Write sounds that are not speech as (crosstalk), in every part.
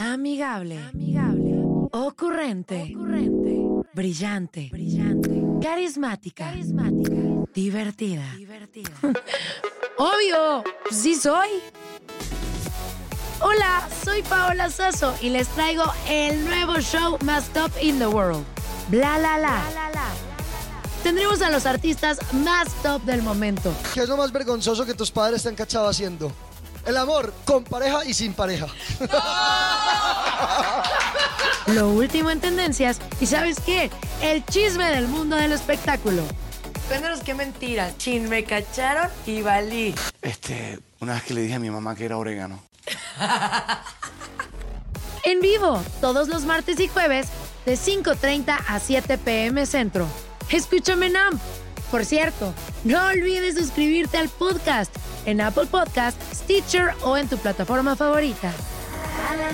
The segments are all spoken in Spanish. Amigable. Ocurrente. Brillante. Carismática. Divertida. (laughs) Obvio, sí soy. Hola, soy Paola Sasso y les traigo el nuevo show más top in the world. Bla la la. Tendremos a los artistas más top del momento. ¿Qué es lo más vergonzoso que tus padres te han cachado haciendo? El amor con pareja y sin pareja. lo último en tendencias y ¿sabes qué? El chisme del mundo del espectáculo. Cuéntanos qué mentira. Chin, me cacharon y valí. Este, una vez que le dije a mi mamá que era orégano. En vivo, todos los martes y jueves, de 5.30 a 7 pm centro. Escúchame en AMP. Por cierto, no olvides suscribirte al podcast en Apple Podcast, Stitcher o en tu plataforma favorita.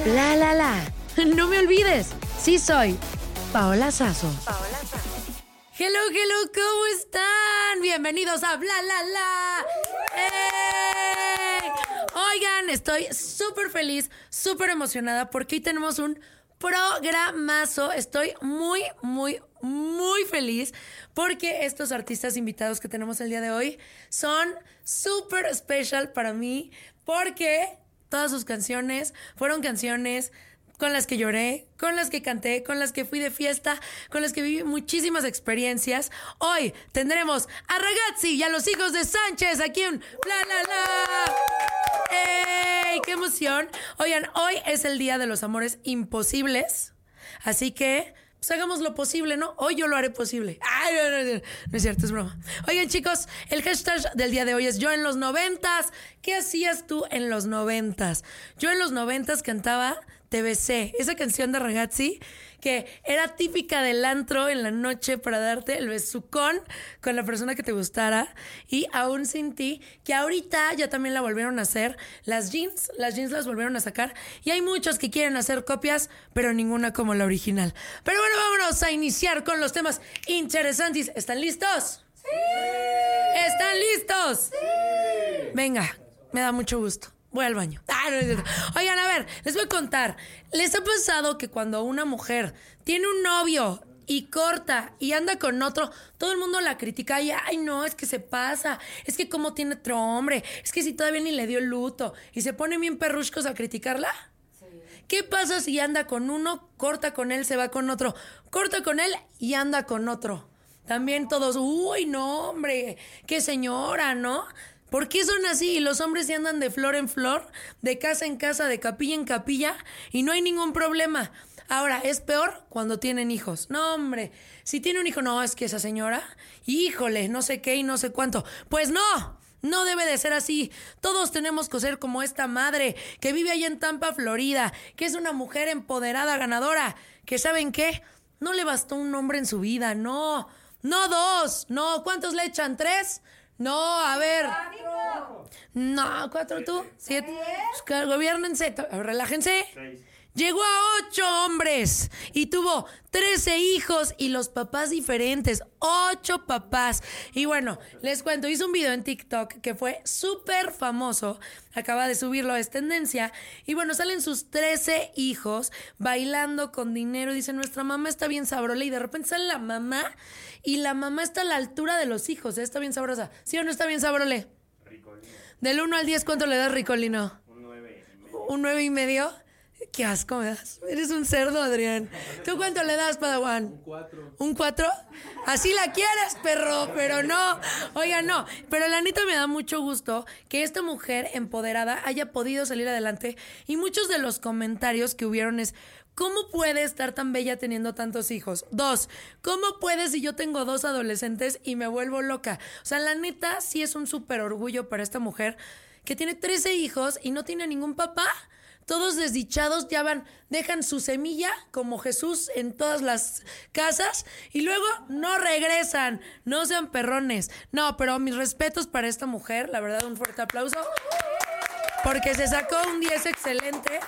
La la la. (laughs) No me olvides, sí soy Paola Sazo. Hello, hello, ¿cómo están? Bienvenidos a Bla La La. ¡Ey! Oigan, estoy súper feliz, súper emocionada porque hoy tenemos un programazo. Estoy muy, muy, muy feliz porque estos artistas invitados que tenemos el día de hoy son súper special para mí porque todas sus canciones fueron canciones con las que lloré, con las que canté, con las que fui de fiesta, con las que viví muchísimas experiencias. Hoy tendremos a Ragazzi y a los hijos de Sánchez aquí en La La La. ¡Ey! ¡Qué emoción! Oigan, hoy es el día de los amores imposibles. Así que pues, hagamos lo posible, ¿no? Hoy yo lo haré posible. Ay, no, no, no, no es cierto, es broma. Oigan, chicos, el hashtag del día de hoy es yo en los noventas. ¿Qué hacías tú en los noventas? Yo en los noventas cantaba Te besé, esa canción de Ragazzi que era típica del antro en la noche para darte el besucón con la persona que te gustara y aún sin ti, que ahorita ya también la volvieron a hacer, las jeans, las jeans las volvieron a sacar y hay muchos que quieren hacer copias, pero ninguna como la original. Pero bueno, vámonos a iniciar con los temas interesantes. ¿Están listos? Sí. ¿Están listos? Sí. Venga, me da mucho gusto. Voy al baño. Ah, no es cierto. Oigan, a ver, les voy a contar. ¿Les ha pasado que cuando una mujer tiene un novio y corta y anda con otro, todo el mundo la critica y, ay, no, es que se pasa, es que cómo tiene otro hombre, es que si todavía ni le dio luto y se ponen bien perruscos a criticarla? ¿Qué pasa si anda con uno, corta con él, se va con otro, corta con él y anda con otro? También todos, uy, no, hombre, qué señora, ¿no? ¿Por qué son así? Y los hombres se andan de flor en flor, de casa en casa, de capilla en capilla, y no hay ningún problema. Ahora, es peor cuando tienen hijos. No, hombre, si tiene un hijo, no, es que esa señora, híjole, no sé qué y no sé cuánto. Pues no, no debe de ser así. Todos tenemos que ser como esta madre que vive allá en Tampa, Florida, que es una mujer empoderada, ganadora, que ¿saben qué? No le bastó un hombre en su vida, no. No dos, no. ¿Cuántos le echan? ¿Tres? No, a ver. No, cuatro tú, siete. Pues, que Gobiernense, to- relájense. Llegó a ocho hombres y tuvo trece hijos y los papás diferentes. Ocho papás. Y bueno, les cuento, hizo un video en TikTok que fue súper famoso. Acaba de subirlo, es tendencia. Y bueno, salen sus trece hijos bailando con dinero. Dice, nuestra mamá está bien sabrola. Y de repente sale la mamá y la mamá está a la altura de los hijos. ¿eh? Está bien sabrosa. ¿Sí o no está bien sabrole? Del 1 al 10, ¿cuánto le das, Ricolino? Un 9. un nueve y medio. Qué asco me das. Eres un cerdo, Adrián. ¿Tú cuánto le das, Padawan? Un cuatro. ¿Un cuatro? Así la quieres, perro, pero no. Oiga, no. Pero la neta me da mucho gusto que esta mujer empoderada haya podido salir adelante. Y muchos de los comentarios que hubieron es. ¿Cómo puede estar tan bella teniendo tantos hijos? Dos, ¿cómo puede si yo tengo dos adolescentes y me vuelvo loca? O sea, la neta sí es un súper orgullo para esta mujer que tiene 13 hijos y no tiene ningún papá. Todos desdichados ya van, dejan su semilla como Jesús en todas las casas y luego no regresan, no sean perrones. No, pero mis respetos para esta mujer, la verdad un fuerte aplauso, porque se sacó un 10 excelente.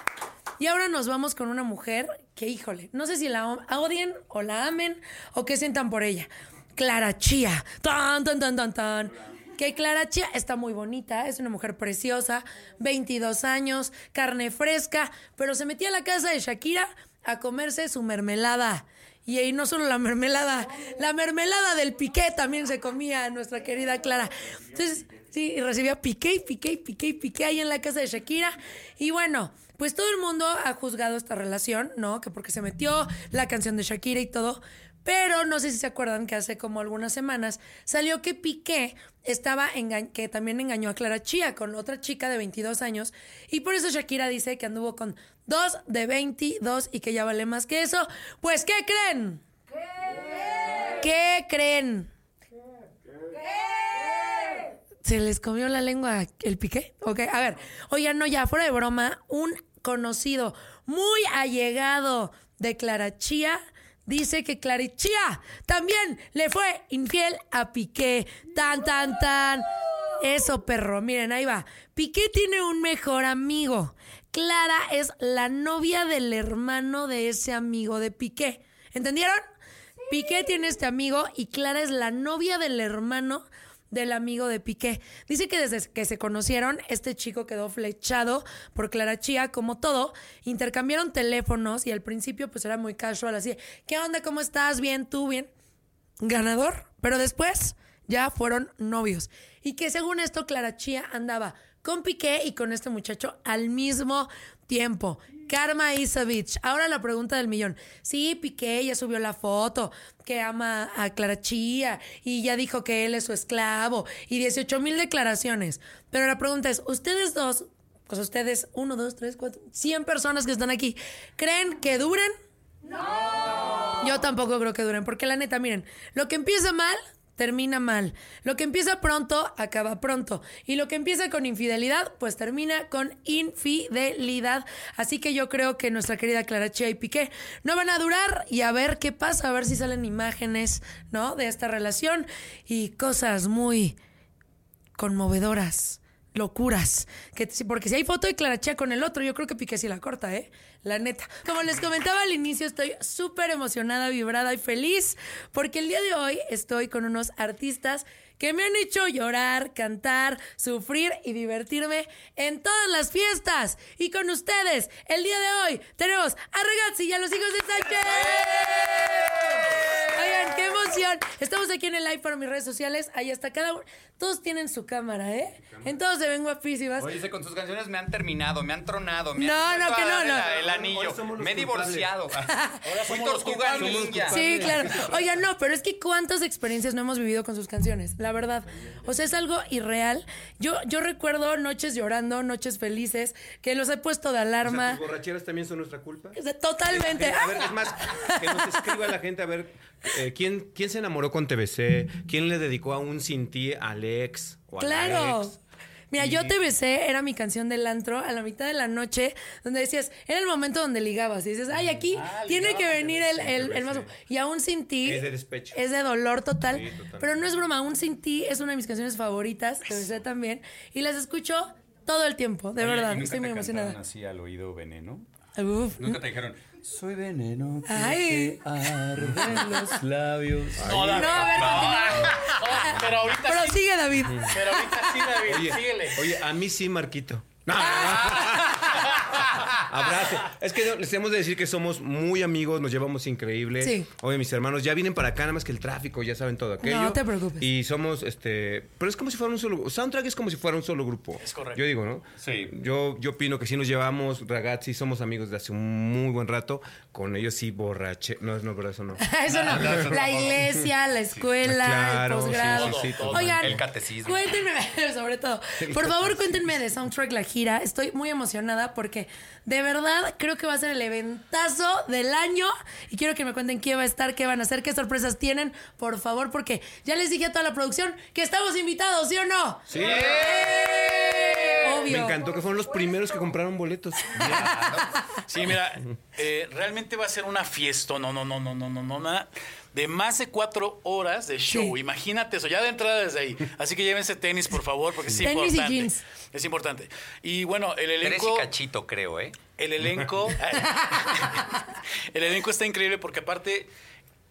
Y ahora nos vamos con una mujer que, híjole, no sé si la o- odien o la amen o qué sientan por ella. Clara Chía. Tan, tan, tan, tan, tan. Que Clara Chía está muy bonita, es una mujer preciosa, 22 años, carne fresca, pero se metía a la casa de Shakira a comerse su mermelada. Y ahí no solo la mermelada, la mermelada del piqué también se comía nuestra querida Clara. Entonces, sí, y recibía piqué, y piqué, y piqué, y piqué ahí en la casa de Shakira. Y bueno, pues todo el mundo ha juzgado esta relación, ¿no? Que porque se metió la canción de Shakira y todo. Pero no sé si se acuerdan que hace como algunas semanas salió que Piqué estaba enga- que también engañó a Clara Chía con otra chica de 22 años y por eso Shakira dice que anduvo con dos de 22 y que ya vale más que eso. Pues ¿qué creen? ¿Qué creen? ¿Se les comió la lengua el piqué? Ok, a ver. Oigan, no, ya, fuera de broma, un conocido muy allegado de Clara Chía dice que Clara Chía también le fue infiel a Piqué. Tan, tan, tan. Eso, perro. Miren, ahí va. Piqué tiene un mejor amigo. Clara es la novia del hermano de ese amigo de Piqué. ¿Entendieron? Piqué tiene este amigo y Clara es la novia del hermano del amigo de Piqué. Dice que desde que se conocieron, este chico quedó flechado por Clara Chía, como todo. Intercambiaron teléfonos y al principio pues era muy casual, así, ¿qué onda? ¿Cómo estás? ¿Bien? ¿Tú? ¿Bien? ganador, pero después ya fueron novios. Y que según esto, Clara Chía andaba con Piqué y con este muchacho al mismo tiempo. Karma Isavich. Ahora la pregunta del millón. Sí, Piqué ya subió la foto que ama a Clara Chía y ya dijo que él es su esclavo y 18 mil declaraciones. Pero la pregunta es, ¿ustedes dos, pues ustedes, uno, dos, tres, cuatro, 100 personas que están aquí, creen que duren? Yo tampoco creo que duren, porque la neta, miren, lo que empieza mal, termina mal. Lo que empieza pronto, acaba pronto. Y lo que empieza con infidelidad, pues termina con infidelidad. Así que yo creo que nuestra querida Clara Chía y Piqué no van a durar y a ver qué pasa, a ver si salen imágenes, ¿no? De esta relación y cosas muy conmovedoras, locuras. Que, sí, porque si hay foto de Clara Chía con el otro, yo creo que Piqué sí la corta, ¿eh? La neta. Como les comentaba al inicio, estoy súper emocionada, vibrada y feliz porque el día de hoy estoy con unos artistas que me han hecho llorar, cantar, sufrir y divertirme en todas las fiestas. Y con ustedes, el día de hoy, tenemos a Ragazzi y a los hijos de Sánchez. Oigan, qué emoción. Estamos aquí en el live para mis redes sociales. Ahí está cada uno. Todos tienen su cámara, ¿eh? Entonces se ven guapísimas. Oye, dice, con sus canciones me han terminado, me han tronado, me No, han no, vuelto a que no, dar el- no. el anillo, me he divorciado. Fui tortuga ninja. Sí, claro. Oigan, no, pero es que cuántas experiencias no hemos vivido con sus canciones, la verdad. O sea, es algo irreal. Yo, yo recuerdo noches llorando, noches felices, que los he puesto de O sea, alarma. ¿Tus borracheras también son nuestra culpa? Totalmente. A ver, es (laughs) más, que nos escriba la gente a ver eh, ¿quién, quién se enamoró con TBC, quién le dedicó a un sin ti al ex o a la Claro. ex? Mira, Y- yo te besé, era mi canción del antro, a la mitad de la noche, donde decías, era el momento donde ligabas. Y dices, ay, Ah, aquí tiene que venir el, el, el más. Y aún sin ti. Es de despecho. Es de dolor total. Sí, totalmente. pero no es broma, aún sin ti es una de mis canciones favoritas, te besé también. Y las escucho todo el tiempo, de verdad. Estoy muy emocionada. así al oído veneno? Uf. Nunca te dijeron, soy veneno. (laughs) Ay. Arden los labios. No, a ver, continúa. Oh, pero ahorita Pero sigue, David. (laughs) Pero ahorita sí, David, síguele. Oye, a mí sí, Marquito. Abrazo. Es que no, les hemos de decir que somos muy amigos, nos llevamos increíble. Sí. Oye, mis hermanos ya vienen para acá, nada más que el tráfico, ya saben todo aquello. No te preocupes. Y somos, este. Pero es como si fuera un solo. Soundtrack es como si fuera un solo grupo. Es correcto. Yo digo, ¿no? Sí. Yo, yo opino que sí nos llevamos, ragazzi, somos amigos de hace un muy buen rato. Con ellos sí borrache. No, no, pero eso no. (laughs) Eso no. No, no, La no. iglesia, la escuela, Claro, el sí, posgrado. sí, sí, todo. Oigan, El catecismo. Cuéntenme, (laughs) sobre todo. Por favor, cuéntenme de Soundtrack La Gira. Estoy muy emocionada porque de verdad creo que va a ser el eventazo del año. Y quiero que me cuenten qué va a estar, qué van a hacer, qué sorpresas tienen, por favor, porque ya les dije a toda la producción que estamos invitados, ¿sí o no? ¡Eh! Sí. Obvio. Me encantó que fueron los primeros que compraron boletos. Sí, mira, eh, realmente va a ser una fiesta, no, no, no, no, no, no, no, nada. De más de cuatro horas de show. Sí. Imagínate eso, ya de entrada desde ahí. Así que llévense tenis, por favor, porque es Tenis y importante. jeans. Es importante. Y bueno, el Tres elenco. y cachito, creo, ¿eh? El elenco. (laughs) el elenco está increíble porque aparte.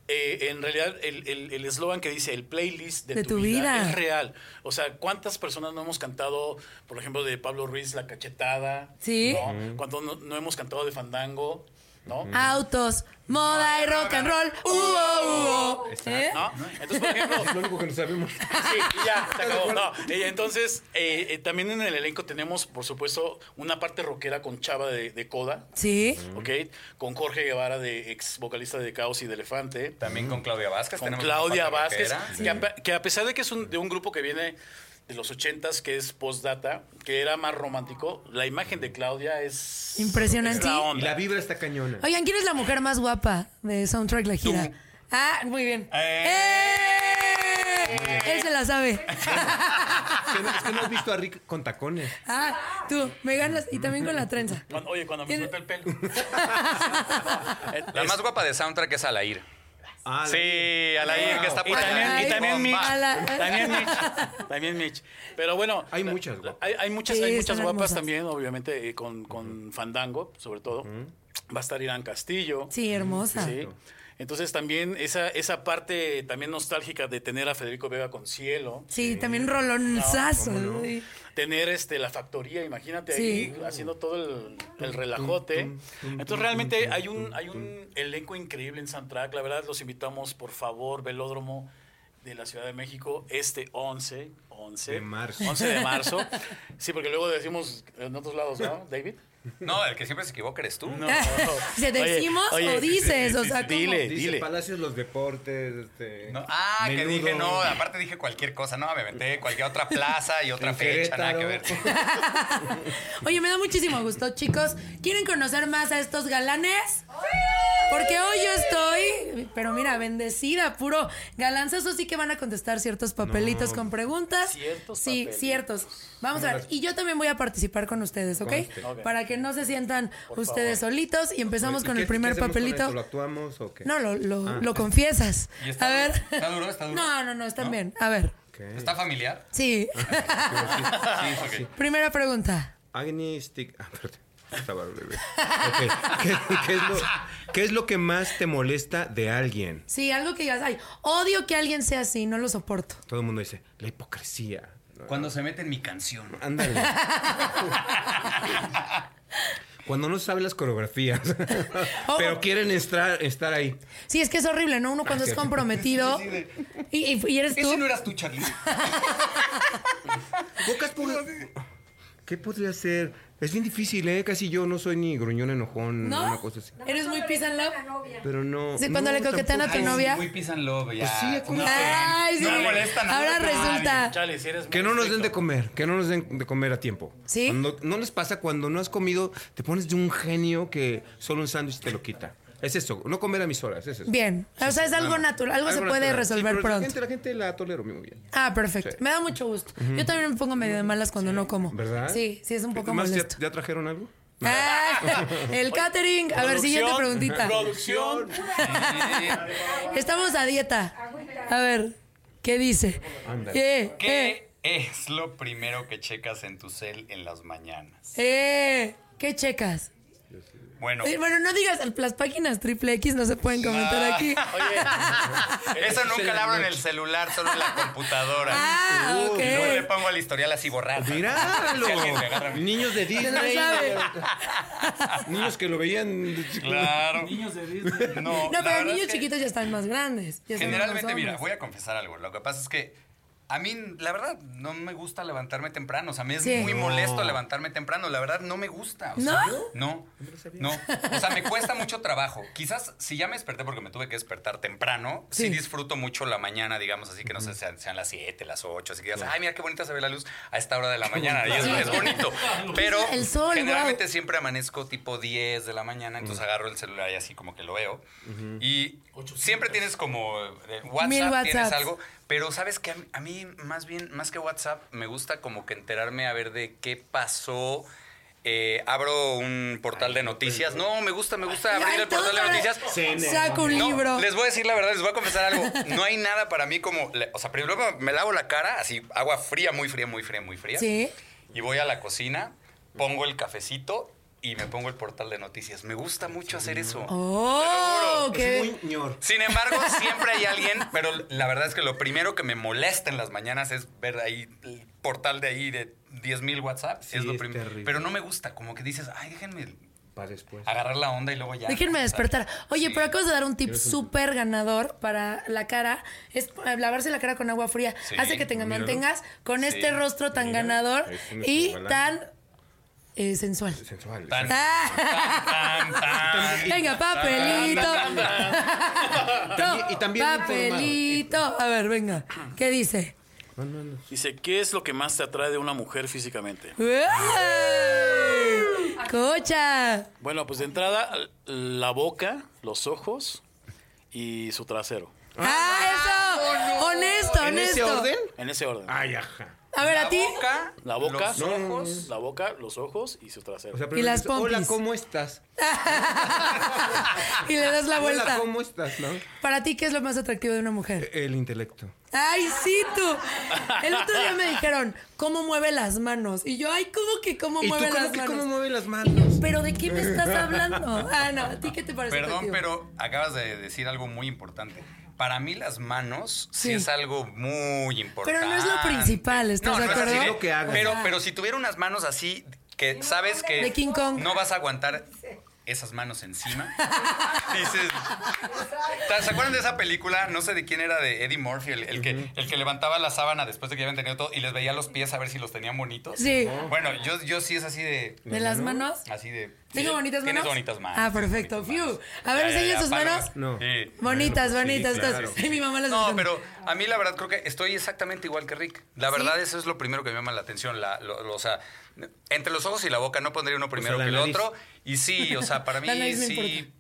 eh, en realidad, el el- el eslogan que dice el playlist de, De tu, tu vida, vida. es real. O sea, ¿cuántas personas no hemos cantado, por ejemplo, de Pablo Ruiz, La Cachetada? Sí. ¿No? ¿Cuánto no, no hemos cantado de Fandango? ¿No? Autos, moda y rock and roll. Uh, uh, uh. ¿Eh? ¿No? Entonces, por (laughs) ejemplo, Es lo único que no sabemos. Sí, y ya, se acabó. No, y entonces, eh, eh, también en el elenco tenemos, por supuesto, una parte rockera con Chava de, de Coda, Sí. ¿ok? Con Jorge Guevara, de ex vocalista de Caos y de Elefante. También con Claudia Vázquez. Con tenemos Claudia una parte Vázquez, rockera. que, a, pe- que a pesar de que es un- de un grupo que viene de los ochentas, que es postdata, que era más romántico, la imagen de Claudia es... Impresionante. es la Y onda. la vibra está cañona. Oigan, ¿quién es la mujer más guapa de Soundtrack La Gira? Tú. Ah, muy bien. ¡Eh! ¡Eh! Él se la sabe. Es que no, es que no has visto a Rick con tacones. Ah, tú, me ganas. Y también con la trenza. (laughs) Cuando- oye, cuando me ¿Quién- suelta el pelo. (laughs) La más guapa de soundtrack es Alair. Ah, Sí, Alain, que está por Y allá. también- y también Mitch. A la- También Mitch. También Mitch. Pero bueno. Hay muchas guapas. Hay, hay muchas, Sí, hay muchas están guapas hermosas. también, obviamente, eh, con, con Fandango, sobre todo. Va a estar Irán Castillo. Sí, hermosa. Sí. Entonces también esa, esa parte también nostálgica de tener a Federico Vega con cielo. Sí, también rolonzazo. sí. Tener este la factoría, imagínate Sí. ahí haciendo todo el, el relajote. Entonces realmente hay un, hay un elenco increíble en Soundtrack. La verdad, los invitamos, por favor, Velódromo de la Ciudad de México, este 11, 11 De marzo. 11 de (laughs) marzo. Sí, porque luego decimos en otros lados, ¿no, David? No, el que siempre se equivoca eres tú. No. (laughs) ¿Se Oye, decimos oye, o dices? O sea, ¿cómo? Dile, Dice dile. Palacios los deportes, este. Eh, No, Ah, Menudo. que dije no, aparte dije cualquier cosa, no, me aventé cualquier otra plaza y otra En fecha, nada que ver. Querétaro. Oye, me da muchísimo gusto, chicos. ¿Quieren conocer más a estos galanes? Porque hoy yo estoy, pero mira, bendecida, puro galanzazo. Sí que van a contestar ciertos papelitos con preguntas. Ciertos Sí, papelitos. ciertos. Vamos a ver. Y yo también voy a participar con ustedes, ¿ok? Conste. Ok. Para que no se sientan ustedes solitos. Y empezamos ¿Y con qué- el primer qué hacemos con esto? ¿Lo Ah. papelito. actuamos o qué? No, lo, lo, lo confiesas. (laughs) ¿Y está A duro? ver. ¿Está duro? ¿Está duro? No, no, no, están bien. A ver. Ok. ¿Está familiar? (laughs) Sí. Sí, Ah, ok. (laughs) Primera pregunta. Agnistic. Ah, perdón. Estaba bebé. Ok. ¿Qué, qué es lo, qué es lo que más te molesta de alguien? Sí, algo que digas, ay, odio que alguien sea así, no lo soporto. Todo el mundo dice, la hipocresía. Cuando se mete en mi canción. Ándale. Cuando no sabe las coreografías, (laughs) Oh. pero quieren estar, estar ahí. Sí, es que es horrible, ¿no? Uno cuando es comprometido y, y- y eres tú. Ese no eras tú, (laughs) Charlie. Pocas pocas- ¿Qué podría ser? Es bien difícil, ¿eh? Casi yo no soy ni gruñón enojón, ¿No? una cosa así. Eres muy peace and love. Pero no. Sí, cuando no, le coquetean a tu Ay, sí, novia. muy peace and love, ya. Pues sí, ¿cómo No, que? Ay, sí. no me molesta nada. Ahora Nadie. resulta. Chale, si eres muy Que no nos den de estricto. comer, que no nos den de comer a tiempo. ¿Sí? Cuando- no les pasa cuando no has comido, te pones de un genio que solo un sándwich te lo quita. Es eso, no comer a mis horas, es eso. Bien. O sea, es algo natural, algo se puede natural. resolver Sí, pero pronto. La gente, la gente la tolero muy bien. Ah, perfecto. Me da mucho gusto. Yo también me pongo medio de malas cuando no como. ¿Verdad? Sí, sí, es un poco Además, ¿ya- molesto. ¿ya, trajeron algo? Ah, (laughs) el catering. A ver, siguiente Producción, preguntita. Producción. Estamos a dieta. A ver, ¿qué dice? Eh, ¿Qué? ¿Qué? ¿Qué es lo primero que checas en tu cel en las mañanas? Eh, ¿qué checas? Bueno, Eh, Bueno, no digas, las páginas triple X no se pueden comentar Ah, (laughs) aquí. (laughs) esa nunca la abro en el celular, solo en la computadora. (laughs) Ah, ok. Y luego le pongo al historial así borrado. Míralo. (laughs) Si alguien me agarra mi- Niños de Que no Disney. sabe. Niños que lo veían. Claro. Niños de Disney. No, la No, verdad pero es niños que chiquitos ya están más grandes. ya son Generalmente, unos mira, hombres. voy a confesar algo. Lo que pasa es que a mí, la verdad, no me gusta levantarme temprano. O sea, a mí es Sí. muy No. molesto levantarme temprano. La verdad, no me gusta. O sea, no, no. O (laughs) sea, me cuesta mucho trabajo. Quizás si ya me desperté porque me tuve que despertar temprano, sí, Sí. disfruto mucho la mañana, digamos así, que no sé, sean, sean las 7, las 8, así que digas, ay, mira qué bonita se ve la luz a esta hora de la mañana. Y es, (laughs) es bonito. Pero El sol, generalmente guau. siempre amanezco tipo 10 de la mañana, entonces agarro el celular y así como que lo veo. Y siempre tienes como eh, Mil WhatsApp, tienes WhatsApps. algo, pero sabes que a mí más bien, más que WhatsApp, me gusta como que enterarme a ver de qué pasó. Eh, abro un portal de noticias. No, me gusta, me gusta Ay, abrir el todo portal de para- noticias. Saco un No, libro. les voy a decir la verdad, les voy a confesar algo. No hay nada para mí como. O sea, primero me lavo la cara, así, agua fría, muy fría, muy fría, muy fría. Sí. Y voy a la cocina, pongo el cafecito y me pongo el portal de noticias. Me gusta mucho hacer eso. Oh, Es ok. muy ñor. (laughs) Sin embargo, siempre hay alguien, pero la verdad es que lo primero que me molesta en las mañanas es ver ahí el portal de ahí de 10.000 WhatsApp. Sí, es lo es prim- terrible. Pero no me gusta, como que dices, ay, déjenme Para después. agarrar la onda y luego ya. Déjenme despertar. Oye, Sí. pero acabas de dar un tip súper ganador para la cara. Es eh, lavarse la cara con agua fría. Sí, Hace que te míralo. mantengas con Sí. este rostro tan ganador ahí tienes y tu galán. tan eh, sensual. (laughs) Sensual. Tan, Ah, tan, tan. venga, papelito. También- y también papelito. A ver, venga. ¿Qué dice? Dice, ¿qué es lo que más te atrae de una mujer físicamente? ¡Ey! ¡Cocha! Bueno, pues de entrada, la boca, los ojos y su trasero. ¡Ah, eso! Honesto, ¿En ese honesto. orden? En ese orden. Ay, ajá. A ver, a ti. La boca, La boca, los ojos. la boca, los ojos y su trasero. O sea, primero las dices, Hola, pompis. ¿cómo estás? Y le das la Hola, vuelta. ¿cómo estás? ¿No? Para ti, ¿qué es lo más atractivo de una mujer? El intelecto. ¡Ay, sí, tú! El otro día me dijeron, ¿cómo mueve las manos? Y yo, ay, ¿cómo que cómo ¿Y tú mueve cómo, las que, manos? cómo mueve las manos? ¿Pero de qué me estás hablando? Ah, no, ¿a ti qué te parece Perdón, atractivo? pero acabas de decir algo muy importante. Para mí las manos sí, Sí. es algo muy importante. Pero no es lo principal, ¿estás No, de no es así acuerdo? Lo que hagas. Pero, pero si tuviera unas manos así, que sabes que De King Kong. no vas a aguantar esas manos encima, (laughs) dices... ¿Se acuerdan de esa película? No sé de quién era, de Eddie Murphy, el, el que, el que levantaba la sábana después de que habían tenido todo y les veía los pies a ver si los tenían bonitos? Sí. Bueno, yo, yo sí es así de... ¿De las manos? Así de... ¿Tengo Sí, bonitas Tienes manos? bonitas manos. Ah, perfecto. Bonitas manos. Fiu. A ver, Ya, ya, enseña ya, sus manos. palmas. No. Sí. Bonitas, Bueno, pues sí, bonitas. claro. todas. Ay, mi mamá las No, usa. pero a mí la verdad creo que estoy exactamente igual que Rick. La verdad eso es lo primero que me llama la atención. La, lo- lo- o sea, entre los ojos y la boca no pondría uno primero la que el nariz. otro. Y sí, o (laughs) sea, para mí La nariz me sí. importa.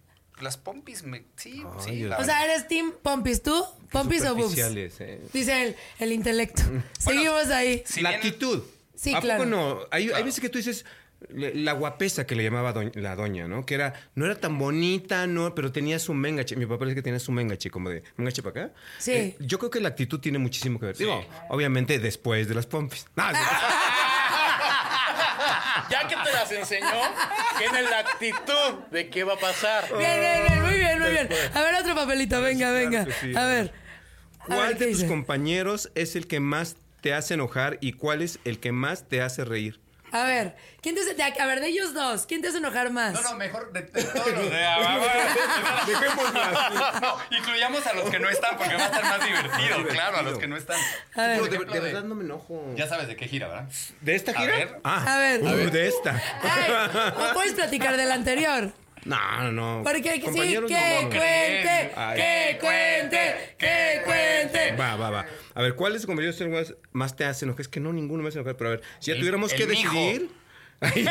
Las pompis me... Sí, Ay, sí. Dios. la O verdad. sea, ¿eres team pompis tú? ¿Pompis o boobs? Superficiales, eh. Dice el, el intelecto. Seguimos ahí. Si la bien- actitud. Sí, ¿A claro. Poco no? Hay, hay veces que tú dices le- la guapesa que le llamaba doñ- la doña, ¿no? Que era, no era tan bonita, no, pero tenía su mengache. Mi papá dice que tenía su mengache, como de mengache para acá. Eh, Sí. yo creo que la actitud tiene muchísimo que ver. Digo, obviamente después de las pompis. (laughs) Ah, No, no. (laughs) Ah, Ya que te las (laughs) enseñó, tiene la actitud de qué va a pasar. Oh, Bien, bien, bien, muy bien, muy bien. A ver, otro papelito, venga, claro venga. que sí. A ver. A ver, ¿Cuál ¿qué de tus dice? compañeros es el que más te hace enojar y cuál es el que más te hace reír? A ver, ¿quién te hace, de, a ver, de ellos dos, ¿quién te hace enojar más? No, no, mejor de, (laughs) de todos los de abajo. No, no, incluyamos a los que no están porque va a estar más divertido. Claro, a los que no están. A ver. Digo, Ah, de, Por ejemplo, de de- verdad no me enojo. Ya sabes de qué gira, ¿verdad? ¿De esta A gira? ver. Ah, A ver. uh, A ver. (laughs) de esta. Ay, ¿no puedes platicar del anterior? No, no, no. Porque sí, Compañeros, que no, no. cuente, Ay. que cuente, que cuente. Va, va, va. A ver, ¿cuál es tu compañero social más- más te hace enojar? Es que no, ninguno me hace enojar, pero a ver, si ya El- tuviéramos el que mijo. decidir. (laughs) Ay.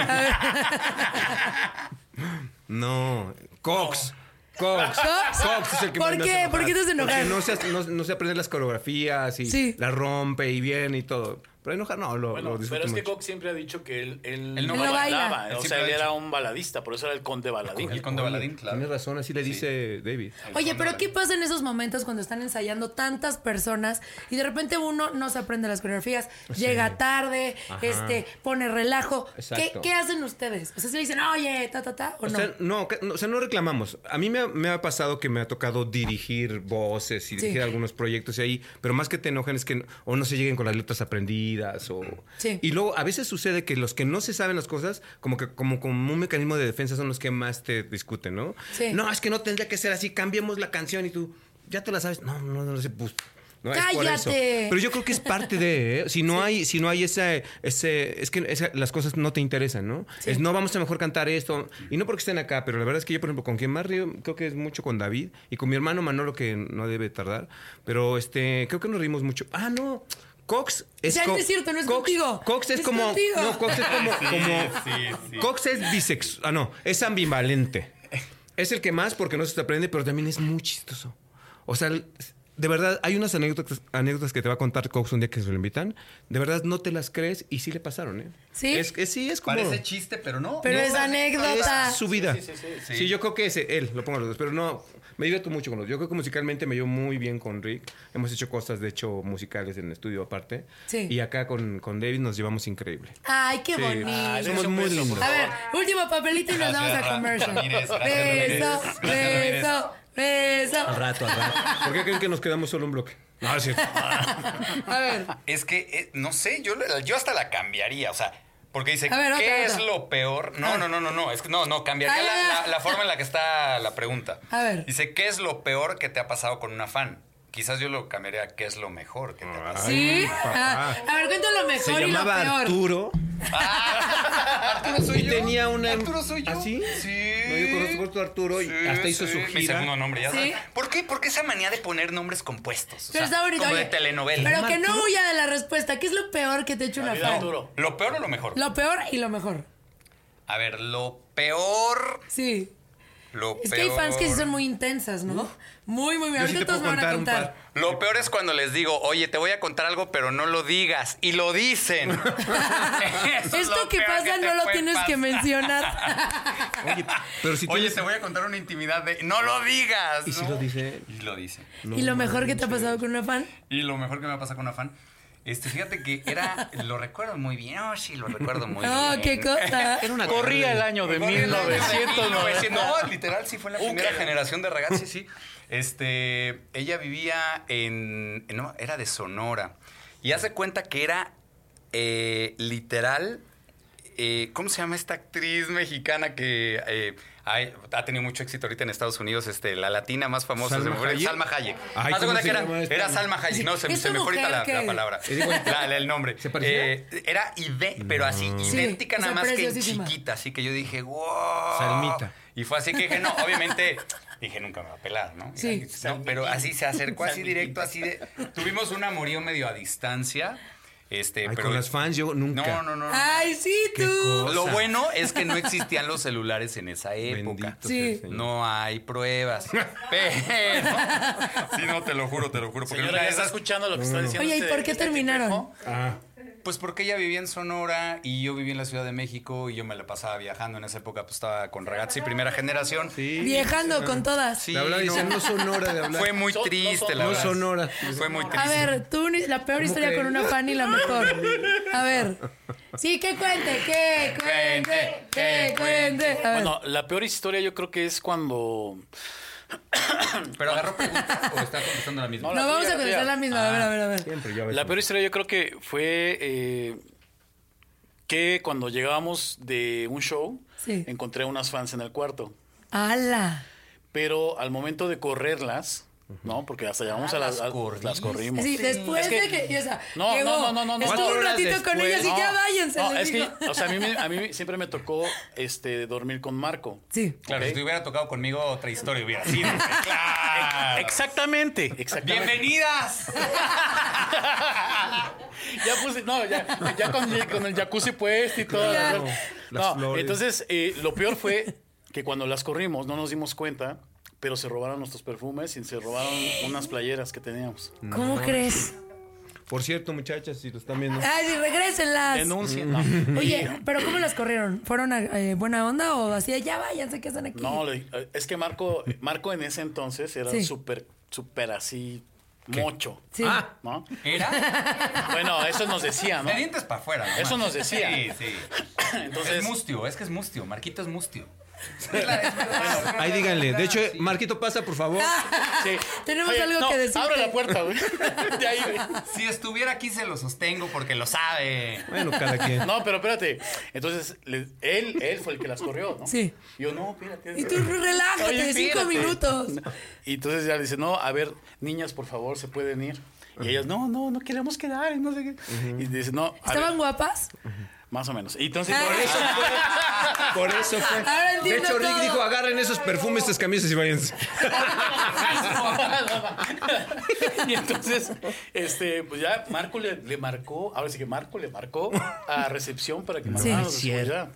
no, Cox. Cox. ¿Cox? Cox es el que ¿Por más me qué? hace enojar. ¿Por qué te hace enojar? Porque no se, hace- no, no se aprende las coreografías y Sí. las rompe y viene y todo. Pero enojar no, lo, Bueno, lo pero disfruto es que mucho. Cox siempre ha dicho que él, él, Él no bailaba. baila. Él O sea, siempre él ha era dicho. un baladista, por eso era el conde baladín. El conde Baladín, claro. Tienes razón, así le dice David. Oye, pero ¿qué pasa en esos momentos cuando están ensayando tantas personas y de repente uno no se aprende las coreografías, llega tarde, Ajá. este, pone relajo? ¿Qué, Exacto. qué hacen ustedes? O sea, se dicen, oye, ta, ta, ta, o, O no. sea, no, que- no, o sea, no reclamamos. A mí me ha, me ha pasado que me ha tocado dirigir voces y Sí. dirigir algunos proyectos y ahí, pero más que te enojen es que no- o no se lleguen con las letras aprendidas o... Sí. Y luego a veces sucede que los que no se saben las cosas, como que como, como un mecanismo de defensa son los que más te discuten, ¿no? Sí. No, es que no tendría que ser así, cambiemos la canción y tú, ya te la sabes. No, no, no lo sé, pues... No, es por eso. ¡Cállate! Pero yo creo que es parte de, ¿eh? si no hay, si no hay ese, ese, es que esa- las cosas no te interesan, ¿no? Es no vamos a mejor cantar esto y no porque estén acá, pero la verdad es que yo por ejemplo con quien más río creo que es mucho con David y con mi hermano Manolo que no debe tardar, pero este creo que nos rimos mucho. Ah no. Cox es Ya, no co- es cierto, no es Cox, contigo. Cox es, Es como contigo. no Cox es como, como- Cox es bisexual, ah no, es ambivalente. Es el que más porque no se te aprende, pero también es muy chistoso. O sea, el- de verdad, hay unas anécdotas, anécdotas que te va a contar Cox un día que se lo invitan. De verdad, no te las crees y sí le pasaron, ¿eh? ¿Sí? Es, es- sí, es como... Parece Ah, chiste, pero no. Pero No, es anécdota. Es su vida. Sí, Sí, sí, sí, sí. yo creo que es él, lo pongo a los dos. Pero no, me divierto mucho con los dos. Yo creo que musicalmente me llevo muy bien con Rick. Hemos hecho cosas, de hecho, musicales en el estudio aparte. Sí. Y acá con, con David nos llevamos increíble. Ay, qué Sí. bonito. Ah, Somos dense un muy beso, por lindos. A favor. ver, último papelito y nos Gracias, vamos a Ra- comercial. Ramírez, gracias, beso, Ramírez. Gracias, beso, beso. rato, al rato. ¿Por qué creen que nos quedamos solo un bloque? No, es cierto. A ver, Es que, eh, no sé, yo, la- yo hasta la cambiaría, o sea, porque dice, A ver, otra, ¿qué es otra. Ah. lo peor? No, no, no, no, no, es que no, no, cambiaría Ay, la, ay, ay. la- la forma en la que está la pregunta. A ver. Dice, ¿qué es lo peor que te ha pasado con una fan? Quizás yo lo cambiaría a ¿qué es lo mejor que te ha pasado? ¿sí? papá. Ah, (laughs) a ver, cuéntalo lo Se mejor y lo llamaba peor. Arturo. Arturo soy Y tenía una. Arturo soy yo. ¿Ah, sí? Sí. No, yo conozco a Arturo y Sí, hasta hizo sí, su Mi gira. segundo nombre, ya Sí. sabes. ¿Por qué? ¿Por qué esa manía de poner nombres compuestos? O Pero sea, está bonito. Como oye, de telenovela. Pero que no huya de la respuesta. ¿Qué es lo peor que te ha hecho una Vida fan? duro. ¿Lo peor o lo mejor? Lo peor y lo mejor. A ver, lo peor. Sí. Lo Es peor. que hay fans que sí son muy intensas, ¿no? Muy, muy bien. Yo sí Ahorita te todos puedo me van a contar un contar. par. Lo peor es cuando les digo, oye, te voy a contar algo, pero no lo digas. Y lo (laughs) dicen. Eso es Esto lo que peor pasa te no lo puede tienes que (laughs) pasar. mencionar. Oye, pero si Oye, tienes- te voy a contar una intimidad de. ¡No lo digas! ¿Y si ¿no? lo dice? Y lo dice. ¿Y lo mejor que te ha pasado con una fan? Y lo mejor que me ha pasado con una fan. Este, fíjate que era. Lo recuerdo muy bien. Oh, sí, lo (laughs) recuerdo muy Oh, bien. (laughs) qué cosa. Corría el año de Corre, no, de 1990. 1900, No, literal, sí fue la primera generación de (laughs) ragazzi, sí. Este, ella vivía en, en- no, era de Sonora. Y hace cuenta que era eh, literal, eh, ¿cómo se llama esta actriz mexicana que eh, hay- ha tenido mucho éxito ahorita en Estados Unidos? Este, la latina más famosa, ¿Salma se me fue, Hayek? Salma Hayek. Ay, Haz de ¿cómo cuenta se que llama era, esta? era Salma Hayek, no, se, Es se me una fue ahorita la, mujer la que- palabra, ¿Es igual? La- la- el nombre. ¿Se parecía? Mm. Eh, era ide- pero así, Sí, idéntica o nada sea, más que en preciosísima. chiquita chiquita, así que yo dije, wow. Salmita. Y fue así que dije, no, obviamente, dije, nunca me va a pelar, ¿no? Y Sí. ahí, no, pero así se acercó, así directo, así de... Tuvimos un amorío medio a distancia, este, Ay, pero... con las fans yo nunca. No, no, no. no. Ay, sí, tú. cosa. Lo bueno es que no existían los celulares en esa época. Bendito Sí. sea el Señor. No hay pruebas. Pero... Sí, no, te lo juro, te lo juro. Porque Señora, una ya de está esas- escuchando lo que está diciendo. Oye, ¿y este- por qué este terminaron? tipejo? Ah, Pues porque ella vivía en Sonora y yo vivía en la Ciudad de México y yo me la pasaba viajando. En esa época pues estaba con ragazzi primera generación. sí. Viajando con todas. Sí, Le hablaba y no. decía, no son hora de hablar. Fue muy Son- no triste, son- la no verdad. son horas. Fue muy A triste. ver, tú ni- la peor historia crees? con una fan y la mejor. A ver. Sí, que cuente, que cuente, que cuente. A ver. Bueno, la peor historia yo creo que es cuando. Pero agarró preguntas o está contestando la misma. No, no, vamos a tuya, la contestar tuya. la misma. A ver, a ver, a Ah, ver. Siempre yo a veces. La peor historia yo creo que fue eh, que cuando llegábamos de un show, Sí. encontré unas fans en el cuarto. ¡Hala! Pero al momento de correrlas, ¿no? Porque hasta llegamos a Ah, las, a- las corrimos. Sí, después Es que- de que. y, o sea, No, llegó, no, no, no, no. Estuvo Cuatro un horas ratito con después. ellas y No, ya váyanse. no, les es dijo. que, o sea, a mí, me- a mí siempre me tocó este, dormir con Marco. Sí. Claro, Ok. si te hubiera tocado conmigo otra historia hubiera (laughs) sido. Claro. Exactamente, exactamente. Bienvenidas. (laughs) ya puse, no, ya, ya con, con el jacuzzi puesto y todo. Claro. No, Las flores. entonces eh, lo peor fue que cuando las corrimos no nos dimos cuenta, pero se robaron nuestros perfumes y se robaron unas playeras que teníamos. ¿Cómo crees? Por cierto, muchachas, si lo están viendo. Ay, Ah, sí, regrésenlas. Denuncien. No, Oye, pero ¿cómo las corrieron? ¿Fueron a, eh, buena onda o así de ya váyanse que están aquí? No, le- eh, es que Marco, Marco en ese entonces era Sí. súper, súper así, mocho. Sí. Ah, ¿No? ¿era? Bueno, eso nos decía, (laughs) ¿no? De dientes para afuera. no manches. Eso nos decía. Sí, sí. Entonces, es mustio, es que es mustio. Marquito es (laughs) mustio. Es la- es verdad. Ahí díganle. De hecho, eh, Marquito, pasa, por favor. sí. Tenemos algo que decirte. Abre la puerta, güey. (laughs) De ahí, güey. Si estuviera aquí se lo sostengo porque lo sabe. Bueno, cada quien. No, pero espérate. Entonces, le- él, él fue el que las corrió, ¿no? Sí. Yo, no, espérate. Y tú relájate, Oye, cinco espérate. minutos. Y entonces ya le dice, no, a ver, niñas, por favor, se pueden ir. Y ellas, no, no, no queremos quedar, y no sé qué. Y dice, no, a ver, ¿Estaban guapas? más o menos. Y entonces, Ah. por eso, Por eso fue. Ahora De entiendo hecho, Rick todo. dijo: agarren esos perfumes, estas camisas y váyanse. y entonces, este, pues ya Marco le, le marcó, ahora sí que Marco le marcó a recepción para que mandaran los seguridad.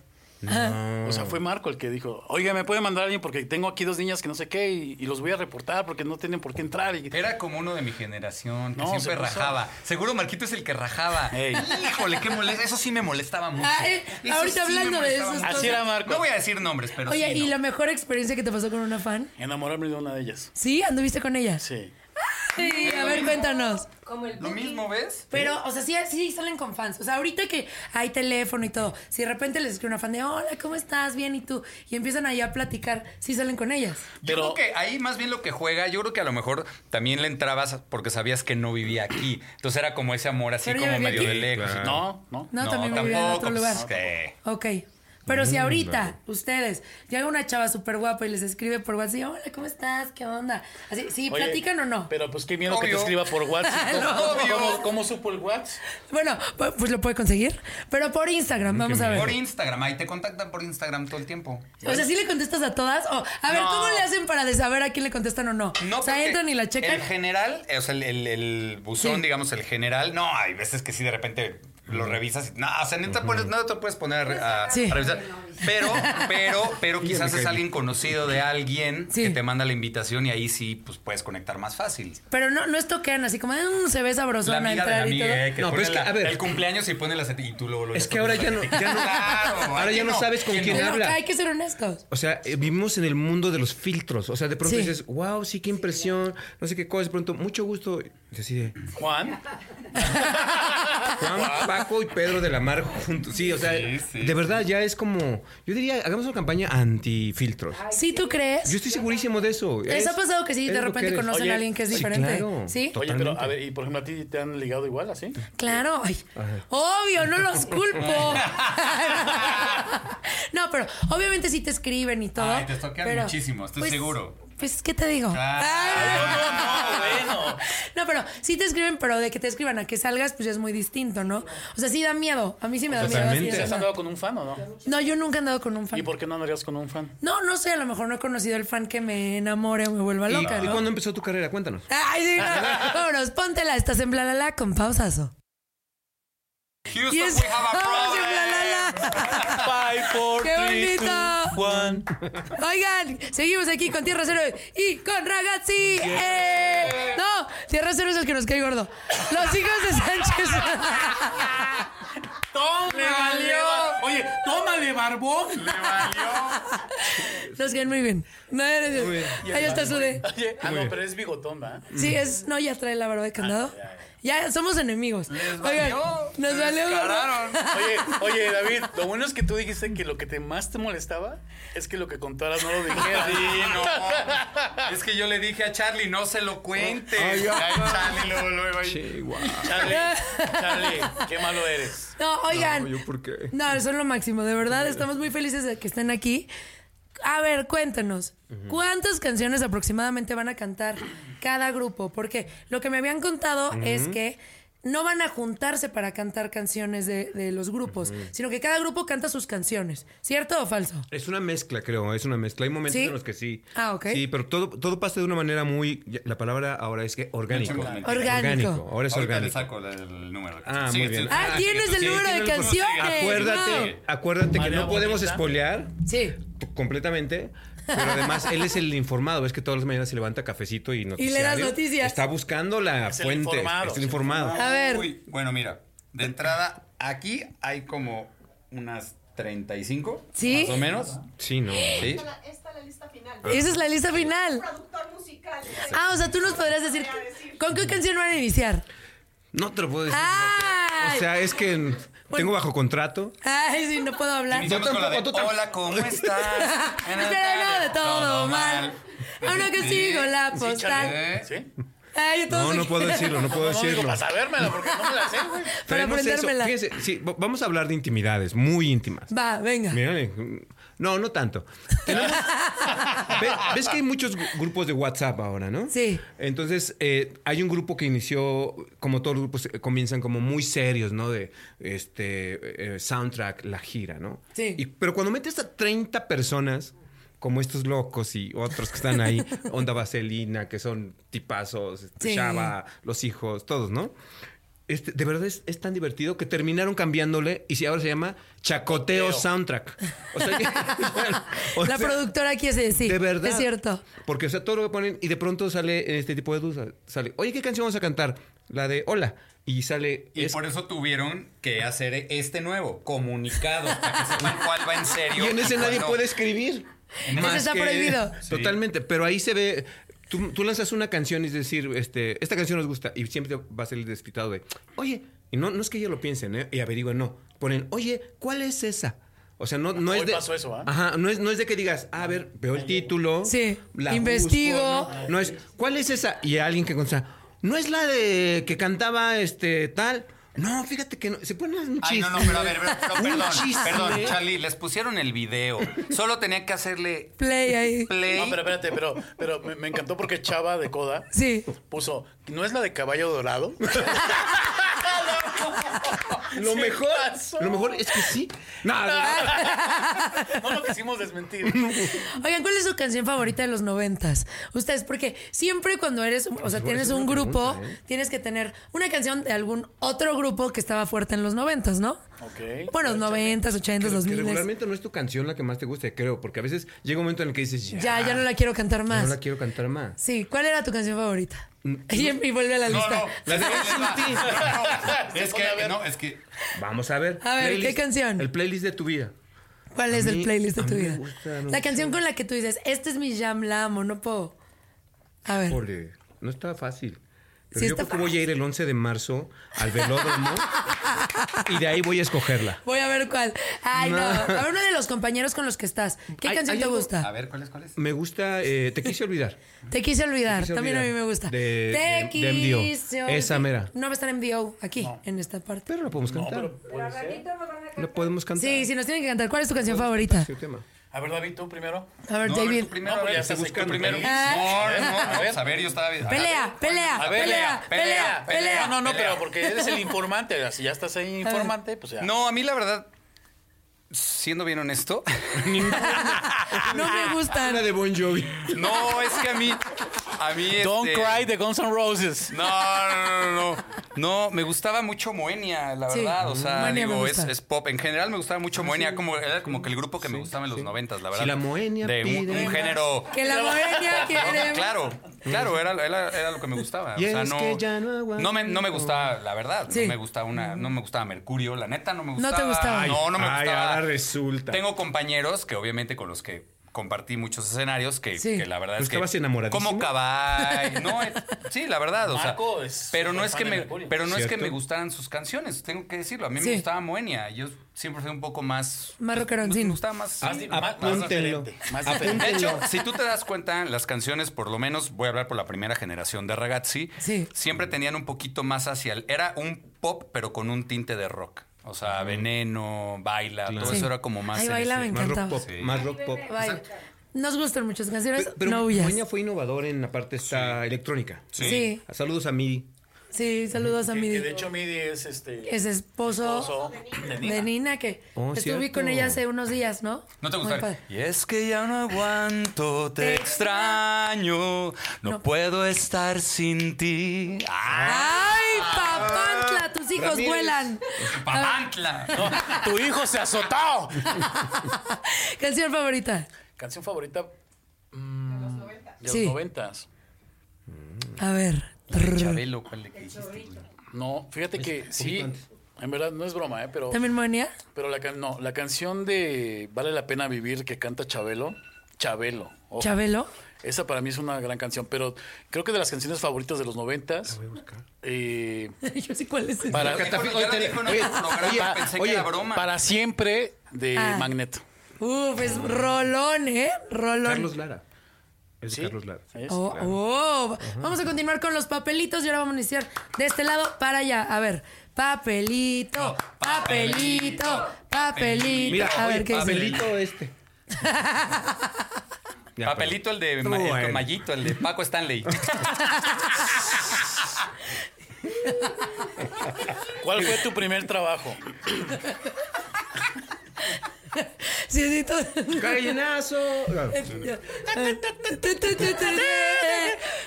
O sea, fue Marco el que dijo, oiga, ¿me puede mandar alguien? Porque tengo aquí dos niñas que no sé qué y, y los voy a reportar porque no tienen por qué entrar. Y, Era como uno de mi generación que No, siempre se puso- rajaba. Seguro Marquito es el que rajaba. Ey. Híjole, qué molesta. Eso sí me molestaba mucho. Ay, Eso ahorita hablando me de molestaba esas mucho. Así era Marco. No voy a decir nombres, pero Oye, sí, ¿y no. la mejor experiencia que te pasó con una fan? Enamorarme de una de ellas. ¿Sí? ¿Anduviste con ella? Sí. Sí, a ver, cuéntanos. Como el lo mismo, ¿ves? Pero, o sea, sí, sí salen con fans. O sea, ahorita que hay teléfono y todo, si de repente les escribe una fan de, hola, ¿cómo estás? Bien, ¿y tú? Y empiezan ahí a platicar, sí salen con ellas. yo creo Pero- que ahí más bien lo que juega, yo creo que a lo mejor también le entrabas porque sabías que no vivía aquí. Entonces era como ese amor así Pero yo como vivía medio aquí. de lejos. Claro. No, no. No, No, también vivía en tampoco, otro lugar. pues, Mm, ¿qué? Ok. Pero si ahorita ustedes llega una chava súper guapa y les escribe por WhatsApp, y, hola, ¿cómo estás? ¿Qué onda? Así, ¿Sí Oye, platican o no? Pero pues qué miedo que te Obvio. escriba por (laughs) WhatsApp. ¿Cómo, Obvio. cómo- cómo supo el WhatsApp? Bueno, pu- pues lo puede conseguir. Pero por Instagram, vamos a ver. Por Instagram, ahí te contactan por Instagram todo el tiempo. O sea, ¿sí le contestas a todas? O, a ver, No. ¿cómo le hacen para de saber a quién le contestan o no? No, o sea, porque entran y la checan. El general, o sea, el, el- el buzón, Sí. digamos, el general. No, hay veces que sí, de repente lo revisas. y- No, o sea, no te, pones- no te puedes poner a re- a, Sí. a revisar. Pero, pero, (laughs) pero quizás es caí. alguien conocido de alguien Sí. que te manda la invitación y ahí sí, pues puedes conectar más fácil. Pero no, no estoquean así como "Mm, se ve La sabrosona amiga de la entrar y todo. amiga, eh, que No, pero pone es que, la- a ver. el cumpleaños y pone las y tú luego lo Es que ahora ya no- ya no- ahora ya no sabes con quién Pero habla. Hay que ser (laughs) honestos. O sea, eh, vivimos en el mundo de los filtros. O sea, de pronto Sí. dices, wow, sí, qué impresión, no sé qué cosa. De pronto, mucho gusto. Y así de, Juan. (laughs) Juan, Paco y Pedro de la Mar juntos. Sí, o sea, Sí, sí. de verdad ya es como. Yo diría, hagamos una campaña anti-filtros. ¿Sí tú Yo crees? estoy segurísimo de eso. ¿Les Es- ha pasado que sí, es de lo que repente eres. conocen Oye, a alguien que es sí, diferente? claro. ¿Sí? Oye, pero Totalmente. a ver, y por ejemplo, a ti te han ligado igual, así. Claro, ay, obvio, no los culpo. (laughs) no, pero obviamente sí te escriben y todo. Ay, te stalkean pero, muchísimo, estoy seguro. Pues, ¿qué te digo? Ah, (laughs) no, pero sí te escriben, pero de que te escriban a que salgas, pues ya es muy distinto, ¿no? O sea, sí da miedo. A mí sí me da Totalmente. miedo. sí ¿Te da has miedo. andado con un fan o no? No, yo nunca he andado con un fan. ¿Y por qué no andarías con (laughs) un fan? No, no sé, a lo mejor no he conocido el fan que me enamore o me vuelva ¿Y, loca, y ¿no? cuándo empezó tu carrera? Cuéntanos. Ay, sí, (laughs) no. Vámonos, póntela, estás en Blalala con pausazo. Houston, Y es- we have a Vamos en problem. Blalala. Five, four, ¡Qué three, bonito! two, one. Oigan, seguimos aquí con Tierra Cero y con Ragazzi. ¡Eh! No, Tierra Cero es el que nos cae gordo. Los hijos de Sánchez. (laughs) ¡Toma, valió! Oye, tómale, barbón. Nos caen muy bien. No, no, no. Ahí está su de. Oye, ah, no, pero es bigotón, ¿va? Sí, es. No, ya trae la barba de Ah, candado. Ya somos enemigos. Oigan, valió, nos se valió. gordo. descararon. Oye, oye, David, lo bueno es que tú dijiste que lo que te más te molestaba es que lo que contaras no lo dijeras. Sí, no. Es que yo le dije a Charlie, no se lo cuentes. Ay, ya. Ay, Charlie, luego, luego ahí. Charlie, Charlie, qué malo eres. No, oigan. yo por qué. No, son lo máximo, de verdad. Estamos muy felices de que estén aquí. A ver, cuéntenos, ¿cuántas canciones aproximadamente van a cantar cada grupo? Porque lo que me habían contado es que no van a juntarse para cantar canciones de, de los grupos, sino que cada grupo canta sus canciones. ¿Cierto o falso? Es una mezcla, creo, es una mezcla. Hay momentos ¿Sí? en los que sí. Ah, ok. Sí, pero todo, todo pasa de una manera muy. ya- La palabra ahora es que orgánico. Orgánico. Orgánico. Ahora es Ahorita le orgánico. saco el número. Ah, Sigue, muy bien. sigue. Ah, Ah, tienes sí, el número tiene de el- canciones. Acuérdate, Wow. acuérdate que María no podemos Bonita. espolear Wow. Sí. completamente, Pero además, él es el informado. Es que todas las mañanas se levanta cafecito y noticias. las noticias. Está buscando la Es el fuente. informado. es el informado. A ver. Uy, bueno, mira, de entrada, aquí hay como unas 35, ¿Sí? más o menos. Sí, no. ¿Sí? Ah. Esa es la lista final. Ah, o sea, tú nos podrías decir con qué canción van a iniciar. No te lo puedo decir. ¡Ay! O sea, es que tengo bajo contrato. Ay, sí, no puedo hablar. Iniciamos con la de, Hola, ¿cómo estás? (laughs) Buenas Pero no, de tardes. todo mal. Aún no consigo la postal. ¿Eh? ¿Sí? Ay, yo todo No, sé no que- puedo decirlo, no puedo (laughs) No, digo, decirlo. para sabérmela, porque no me la sé, güey. Para Traemos eso. aprendérmela. Fíjense, sí, va- vamos a hablar de intimidades muy íntimas. (laughs) Va, venga. Mírale, eh, No, no tanto. (laughs) Tenemos- Ve- ¿Ves que hay muchos gru- grupos de WhatsApp ahora, no? Sí. Entonces, eh, hay un grupo que inició, como todos los grupos, eh, comienzan como muy serios, ¿no? De este eh, soundtrack, la gira, ¿no? Sí. Y- pero cuando metes a 30 personas, como estos locos y otros que están (laughs) ahí, Onda Vaselina, que son tipazos, este, Sí. Chava, los hijos, todos, ¿no? Este, de verdad es, es tan divertido que terminaron cambiándole y si ahora se llama Chacoteo, Chacoteo. Soundtrack. O sea, (laughs) o La sea, (laughs) productora quiere decir. de verdad. Es cierto. Porque, o sea, todo lo que ponen y de pronto sale este tipo de dudas. Sale, oye, ¿qué canción vamos a cantar? La de Hola. Y sale. Y es- por eso tuvieron que hacer este nuevo comunicado para que (laughs) sepan cuál va en serio. y en ese cuál nadie no. puede escribir. Ese Más está que- prohibido. Sí. Totalmente. Pero ahí se ve. Tú, tú lanzas una canción y es decir, este, esta canción nos gusta. Y siempre te va a salir despitado de, oye. Y no, no es que ellos lo piensen, ¿eh? Y averigüen, no. Ponen, oye, ¿cuál es esa? O sea, no, no Hoy es de. pasó eso, ¿ah? Ajá, no es, no es de que digas, ah, a ver, veo el título. Sí, la investigo. busco, ¿no? No es, ¿cuál es esa? Y alguien que consta, no es la de que cantaba este tal. No, fíjate que no. Se ponen un Ay, chiste. no, no, pero a ver, pero- pero Un perdón, chisme. perdón, Charlie, les pusieron el video. Solo tenían que hacerle Play ahí. play. No, pero espérate, pero, pero me, me encantó porque Chava de Coda Sí. puso, ¿no es la de caballo dorado? Lo Se mejor, pasó. lo mejor es que (laughs) sí. No, No lo quisimos desmentir. Oigan, ¿cuál es su canción favorita de los noventas? Ustedes, porque siempre cuando eres, o sea, tienes es un una grupo, pregunta, ¿eh? tienes que tener una canción de algún otro grupo que estaba fuerte en los noventas, ¿no? Ok. Bueno, noventas, ochentas, dos que miles. regularmente no es tu canción la que más te guste, creo, porque a veces llega un momento en el que dices, ya, Ya, ya no la quiero cantar Ah, ya más. no la Mm, quiero cantar más. Sí, ¿cuál era tu canción favorita? (laughs) Y, y vuelve a la No, lista. no, La (laughs) de Infinity. No, Es Se pone a que, ver. no, es que Vamos a ver. A ver, ¿qué canción? El playlist de tu vida. ¿Cuál es el mí- playlist de a tu mí me vida? gusta La mucho. canción con la que tú dices, este es mi jam, la amo, no puedo. A ver. Ole, no estaba fácil. Pero Sí yo está creo que voy a ir el 11 de marzo al velódromo y de ahí voy a escogerla. Voy a ver cuál. Ay, no. No. A ver, uno de los compañeros con los que estás. ¿Qué Hay- canción hay te algo- gusta? a ver cuál es cuál es. Me gusta, eh, te quise olvidar. Te quise olvidar. Te quise También a mí olvidar. me gusta. De- Te de- de MDO. quise olvidar. Esa mera. No va a estar MDO aquí, en esta parte. Pero la podemos cantar. La podemos cantar. Sí, sí, nos tienen que cantar. ¿Cuál es tu canción favorita? Su tema. A ver, David, tú primero. A ver, No, a ver, David. tú primero, No, a ver. pues ya Estoy estás buscando primero. el Ah. playlist. No, no, no, pues, a ver, yo estaba... a ver, Pelea, pelea, a ver, pelea, pelea, pelea. Ah, no, no, pelea. pero porque eres el informante. Si ya estás ahí informante, pues ya. No, a mí la verdad, siendo bien (laughs) honesto, No me La gustan. de Bon Jovi. no, es que a mí... A mí Don't este, cry de Guns N' Roses. No, no, no, no, no. No, me gustaba mucho Moenia, la Sí. verdad. O sea, Moenia me digo, es, gusta. Ah, es pop. En general me gustaba mucho Moenia. Como, era como que el grupo que me gustaba en los noventas, la verdad. la Moenia De un, pide un más. género. Que la bohemia quiere. Claro, claro, era, era- era lo que me gustaba. Y o sea, es no, que ya no aguanto. me, no me gustaba, la verdad. Sí. No me gustaba una, no me gustaba Mercurio, la neta no me te gustaba. gustaba. No, no me Ay, gustaba. ahora resulta. Tengo compañeros que obviamente con los que compartí muchos escenarios que, Sí. que la verdad ¿Tú es que estabas enamoradísimo? (laughs) como cabal no eh, sí la verdad o sea Marco es pero no súper es que fan de me Mercurio. pero no es que ¿Cierto? me gustaran sus canciones tengo que decirlo a mí Sí. me gustaba Moenia yo siempre fui un poco más pues, Más rockeroncín. me gustaba más sí, Más di- más- más apúntenlo. diferente, más de diferente. hecho, si tú te das cuenta, las canciones, por lo menos voy a hablar por la primera generación de ragazzi, Sí. siempre tenían un poquito más hacia el. Era un pop, pero con un tinte de rock. O sea, veneno, baila, todo Sí. eso era como más. Ay, en Baila ese- me Más rock encantaba. pop. Más rock pop. Bye. Nos gustan muchas canciones. Pe- Pero no huyas. Moenia fue innovador en la parte esta electrónica. Sí. Sí. Saludos a Miri. Sí, saludos a Que- mi que de hecho, Midi es este. es esposo Esposo de de Nina, Nina. que Oh, estuve cierto. con ella hace unos días, ¿no? No te Muy gusta. padre. Y es que ya no aguanto, te extraño, no, puedo estar sin ti. ¡Ay, papantla! Tus hijos Ramírez. vuelan. ¡Papantla! No, (laughs) ¡Tu hijo se azotó! Canción favorita. Canción favorita, mm, de Sí. los noventas. A ver. Chabelo, ¿cuál le que hiciste? güey? No, fíjate que sí, en verdad no es broma, ¿eh? pero, ¿También Moenia? pero la, can- no, la canción de Vale la pena vivir que canta Chabelo, Chabelo. ojo. ¿Chabelo? (laughs) Esa para mí es una gran canción, pero creo que de las canciones favoritas de los noventas. eh, Yo sé cuál es. ese. Para- Ya lo dijo en otro programa, pensé que era broma. para siempre de Ah. Magneto. Uf, es rolón, ¿eh? Rolón. Carlos Lara. Es de ¿Sí? Carlos Lara. ¿Es? Oh, oh. Vamos a continuar con los papelitos y ahora vamos a iniciar de este lado para allá. A ver, papelito, papelito, papelito. Mira, a oye, ver qué dice. (laughs) papelito este. Ya, Papelito, el de ma- el de Bueno. Mayito, el de Paco Stanley. ¿Cuál fue tu primer trabajo? Sí, sí, todo. perdón. ¡Gallinazo! (laughs)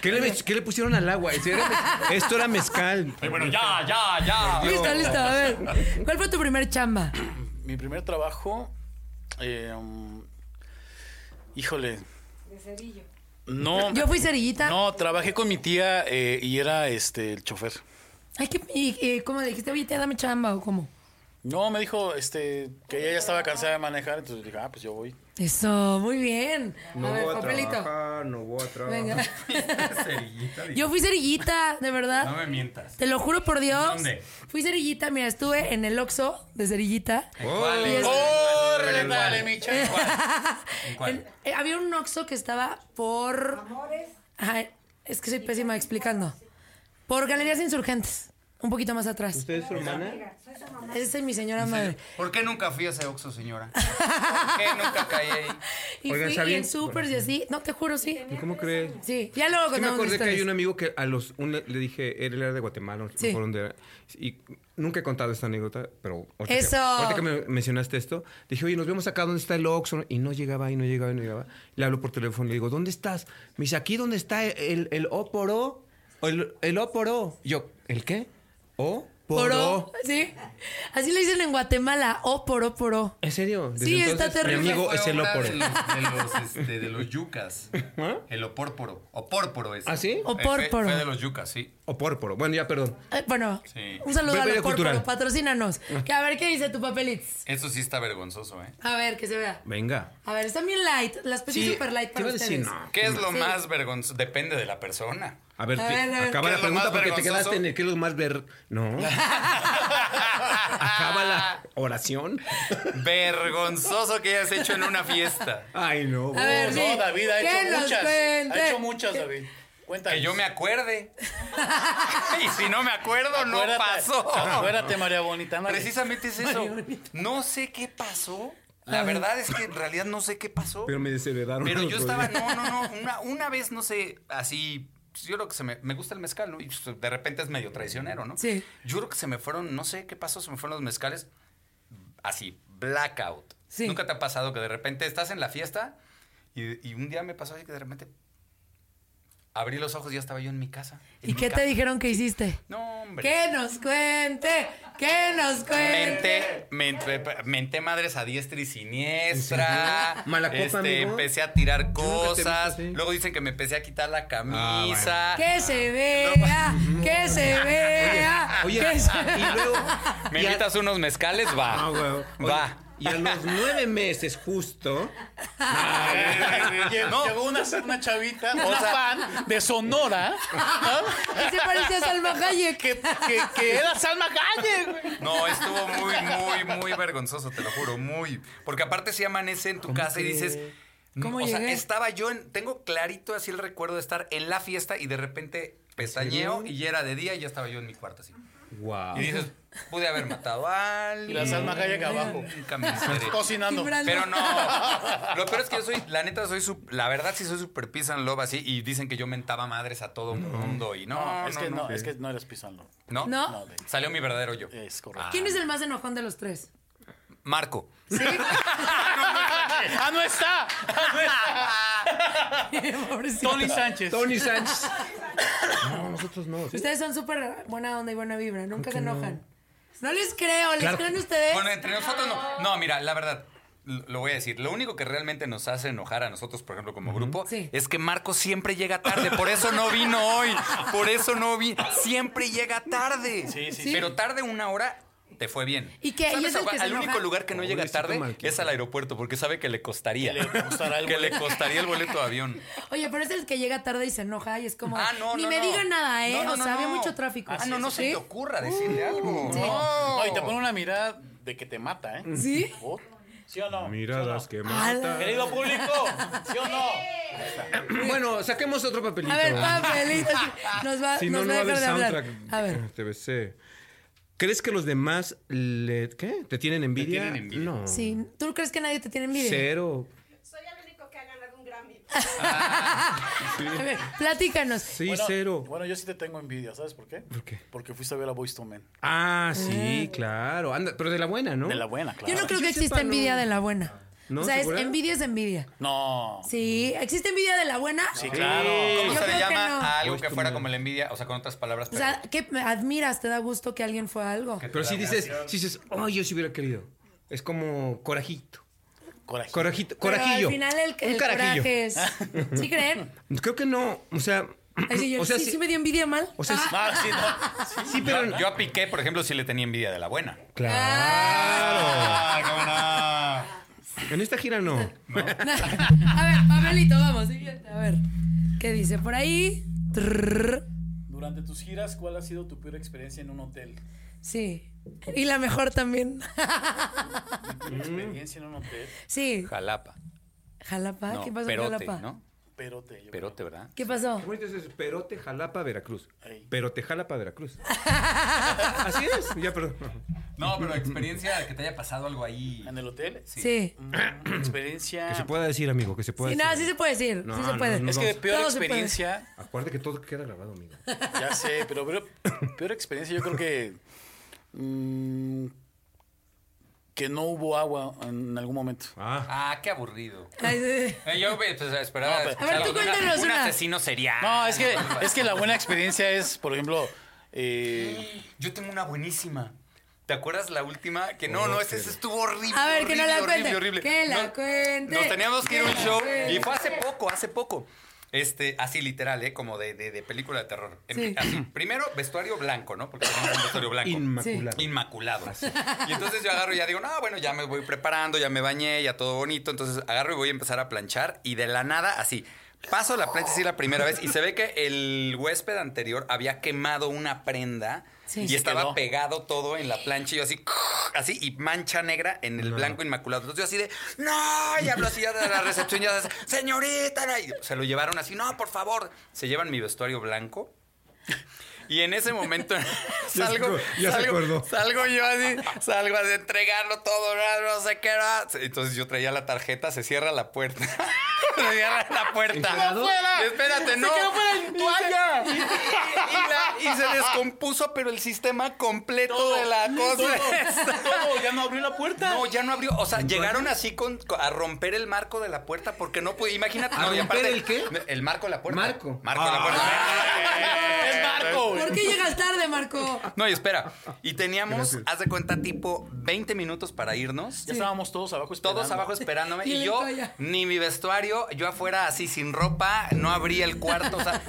¿Qué le, qué le pusieron al agua? Esto era, esto era mezcal. bueno, ya, ya, ya. Listo, listo, a ver. ¿Cuál fue tu primer chamba? Mi primer trabajo. eh, um, híjole. De cerillo. No. Yo fui cerillita. No, trabajé con mi tía eh, y era este el chofer. Ay, ¿qué, y, y ¿Cómo le dijiste? Oye, tía, dame chamba o cómo. No, me dijo este que ella ya estaba cansada de manejar, entonces dije, ah, pues yo voy. Eso, muy bien. a ver, papelito. no voy a trabajar. (laughs) Venga. Cerillita, Yo fui cerillita, de verdad. No me mientas. Te lo juro por Dios. ¿Dónde? Fui cerillita, mira, estuve en el Oxxo de cerillita. ¿Cuál? Y es- ¡Órale, ¿Cuál? dale, mi chavo! (laughs) ¿En cuál? En- eh, había un Oxxo que estaba por... Ajá, es que soy pésima explicando. Por Galerías Insurgentes, un poquito más atrás. ¿Usted es su hermana? Esa es mi señora madre. ¿Por qué nunca fui a ese Oxxo, señora? (laughs) ¿Por qué nunca caí ahí? Y Oigan, fui y ¿sabían? en súper y así. No, te juro, sí. ¿Cómo crees? Sí, ya luego Sí me contamos acordé que hay historias. un amigo que a los un- le dije, él era de Guatemala, no Sí. por dónde era, y nunca he contado esta anécdota, pero ahorita, Eso. Que, ahorita que me mencionaste esto, dije, oye, nos vemos acá, ¿dónde está el Oxxo? Y no llegaba, y no llegaba, y no llegaba. Le hablo por teléfono, le digo, ¿dónde estás? Me dice, aquí donde está el, el O por O, o el, el O por O. Y Yo, ¿el qué? O por Poró, O. sí. Así le dicen en Guatemala, o poró, poró. ¿En serio? Desde Sí, está entonces, terrible. Mi amigo es el O por O. De los, de los, este, de los yucas. El opórporo. Opórporo es. Eh, ¿Ah, sí? Opórporo. Fue, fue de los yucas, sí. O por, por. Bueno, ya, perdón. Eh, bueno, Sí. un saludo a Bebé los cultural. Ah. porporos, patrocínanos. Que a ver qué dice tu papelitz. Eso sí está vergonzoso, ¿eh? A ver, que se vea. Venga. A ver, están bien light. Las pedí Sí, super light te para iba a decir, ustedes. no. ¿Qué es lo más vergonzoso? Depende de la persona. A ver, A te- ver, a ver. acaba ¿Qué la es lo pregunta más porque te vergonzoso? quedaste en el que es lo más ver. (laughs) No. acaba la (laughs) oración. Vergonzoso que hayas hecho en una fiesta. Ay, no. A ver, sí. No, David ha Que hecho nos muchas. cuente. Ha hecho muchas, David. Cuéntame. Que yo me acuerde. (laughs) y si no me acuerdo, no Acuérdate, pasó. Acuérdate, María Bonita. ándale. Precisamente es eso. No sé qué pasó. La verdad es que en realidad no sé qué pasó. Pero me desheredaron. Pero el yo otro (laughs) estaba, día. no, no, no, una, una vez, no sé, así, pues, yo creo que se me, me gusta el mezcal, ¿no? Y pues, de repente es medio traicionero, ¿no? Sí. Yo creo que se me fueron, no sé qué pasó, se me fueron los mezcales, así, blackout. Sí. Nunca te ha pasado que de repente estás en la fiesta y, y un día me pasó así que de repente abrí los ojos y ya estaba yo en mi casa. en ¿Y mi qué casa. te dijeron que hiciste? No, hombre. Que nos cuente, que nos cuente. Menté, menté, menté madres a diestra y siniestra. Mala copa, Este, amigo. Empecé a tirar nunca te he visto cosas. así. Luego dicen que me empecé a quitar la Ah, bueno. camisa. Que se vea, que se vea. Oye, que se- (laughs) y (laughs) luego. ¿Me y a- invitas unos mezcales? Va. Ah, huevo. Oye, Va. Y a los nueve meses justo. Lle- No. Llegó una, una chavita, una fan de Sonora, Que se parece a Salma Hayek. que, que, que era Salma Galle, güey. No, estuvo muy, muy, muy vergonzoso, te lo juro, muy. Porque aparte se amanece en tu casa y dices. ¿Cómo o sea, llegué? estaba yo en. Tengo clarito así el recuerdo de estar en la fiesta y de repente pestañeo y ya era de día y ya estaba yo en mi cuarto así. Wow. Y dices, pude haber matado a Y alguien. la Salma Galle acá abajo, Nunca me enteré. cocinando. (laughs) Timbrando. Pero no. Lo peor es que yo soy, la neta, soy su- la verdad sí soy super peace and love así y dicen que yo mentaba madres a todo mundo y no, No, no, es que no. no, es que no eres pisando. ¿No? No. No, de- Eh. Salió mi verdadero yo. Es correcto. ¿Quién es el más enojón de los tres? Marco. (laughs) ¡Ah, no está! Pobrecito. Tony Sánchez. (laughs) Tony Sánchez. No, nosotros no. Ustedes son súper buena onda y buena vibra, nunca se enojan. No les creo, les Claro. creen ustedes. Bueno, entre nosotros no. No, mira, la verdad. lo lo voy a decir, lo único que realmente nos hace enojar a nosotros, por ejemplo, como grupo, es que Marco siempre llega tarde. Por eso no vino hoy. Por eso no vino. Siempre llega tarde. Sí, sí, Pero tarde una hora. Te fue bien. ¿Y qué? ¿Y ¿Sabes es el a cuál- que se al enoja? único lugar que no llega Pobrecito tarde Marquito. es al aeropuerto porque sabe que le costaría. Que le costará el Que le boleto. costaría el boleto de avión. Oye, pero es el que llega tarde y se enoja y es como. Ah, no, Ni no, me no. digan nada, ¿eh? No, no, o no, sea, había no. mucho tráfico. Uh, Ah, no, no se te ocurra decirle algo. Sí. No. No, y te pone una mirada de que te mata, ¿eh? ¿Sí? Oh, ¿Sí o no? Miradas ¿Sí o que no? matan. Querido público, ¿sí o no? Bueno, saquemos otro papelito. A ver, papelito. Nos va, Si nos va no, no va a a haber dejar de hablar. soundtrack. Eh, A ver. TBC. ¿Crees que los demás le, ¿qué? te tienen envidia? tienen envidia. No. Sí. ¿Tú crees que nadie te tiene envidia? Cero. (laughs) A ver, platícanos. Sí, cero. Bueno, yo sí te tengo envidia, ¿sabes por qué? ¿Por qué? Porque fuiste a ver a Boys to Men. Ah, sí, claro. Anda, pero de la buena, ¿no? De la buena, claro. Yo no creo que Yo exista sepa, no. envidia de la buena. ¿No? O sea, es, ¿Segura? envidia es envidia. No. Sí, ¿existe envidia de la buena? Sí, claro. ¿Cómo Yo se le creo que llama no. a algo Uy, que tú fuera no. como la envidia? O sea, con otras palabras. O Pero, (laughs) sea, ¿qué admiras? ¿Te da gusto que alguien fue a algo? Pero si dices, si dices, oh, yo sí hubiera querido. Es como corajito. Coraje. Corajito, Pero corajillo. al final el, Un el carajillo. coraje (laughs) es... ¿Sí creen? Creo que no. O sea. Ay, sí, yo- o sea, sí, sí- sí me dio envidia (laughs) mal. (laughs) o sea, sí- Ah, sí, no. Sí, sí, pero. yo a Piqué, por ejemplo, sí le tenía envidia de la buena. Claro. Ah, En esta gira (laughs) no. a ver, Pablito, vamos, siguiente. A ver, ¿qué dice por ahí? Trrr. Durante tus giras, ¿cuál ha sido tu peor experiencia en un hotel? Sí. Y la mejor también. (laughs) ¿Tu experiencia en un hotel? Sí. Jalapa. Jalapa, No, Ah, ¿qué pasó en perote, Jalapa? ¿no? Perote. yo Perote, ¿verdad? ¿Qué pasó? Qué bonito es eso, Perote Jalapa, Veracruz. Ey. Perote Jalapa, (laughs) Veracruz. Así es. Ya, perdón. No, pero experiencia de que te haya pasado algo ahí. creo. ¿En el hotel? Sí. Mm, experiencia. Que se pueda decir, amigo, que se pueda Sí, decir. no, sí se puede decir. No, sí se no, puede. no, Es que Vamos. peor Todo se puede. experiencia. Acuérdate que todo queda grabado, amigo. Ya sé, pero peor, peor experiencia yo creo que... mm, que no hubo agua en algún momento. Ah. Ah, qué aburrido. Ay, sí. Eh, Yo pues, esperaba. No, pero- escuchar A ver, tú algo de cuéntanos un una. asesino serial. No, es que, es que la buena experiencia es, por ejemplo... eh, Yo tengo una buenísima. ¿Te acuerdas la última? Que no, no, ese, ese estuvo horrible. A ver, que no la horrible, cuente, horrible, horrible. que la No, cuente, Nos teníamos que ir a un que la show cuente. y fue hace poco, hace poco. Este, así literal, ¿eh? Como de, de- de película de terror. En- Sí. así, primero, vestuario blanco, ¿no? Porque teníamos un vestuario blanco. Inmaculado. Inmaculado. Y entonces yo agarro y ya digo, no, bueno, ya me voy preparando, ya me bañé, ya todo bonito. Entonces agarro y voy a empezar a planchar y de la nada así. Paso la plancha así la primera vez y se ve que el huésped anterior había quemado una prenda Sí. y Se estaba quedó. pegado todo en la plancha y yo así, así, y mancha negra en el blanco inmaculado. Entonces yo así de, no, y hablo así ya de la recepción, ya, señorita, y se lo llevaron así, no, por favor. Se llevan mi vestuario blanco. Y en ese momento (laughs) salgo, acu- ya se salgo- acordó. salgo yo así, salgo a entregarlo todo, no, no sé qué era. Entonces yo traía la tarjeta, se cierra la puerta. (laughs) se cierra la puerta. ¿Encuerado? Espérate, no. quedó fuera en toalla. Y, se- y- y la- y se descompuso, pero el sistema completo de la cosa. Todo, todo, ya (laughs) no abrió la puerta. (laughs) No, ya no abrió. O sea, llegaron así con, co- a romper el marco de la puerta porque no pude. Imagínate. ¿A no, y romper aparte- el qué? El marco de la puerta. Marco. Ah. Marco de la puerta. es Marco, güey. ¿Por qué llegas tarde, Marco? No, y espera. Y teníamos, haz de cuenta, tipo 20 minutos para irnos. Ya estábamos todos abajo esperando. Todos abajo (laughs) esperándome. Y Y, la yo, toalla. ni mi vestuario, yo afuera así sin ropa, no abría el cuarto. (laughs) O sea,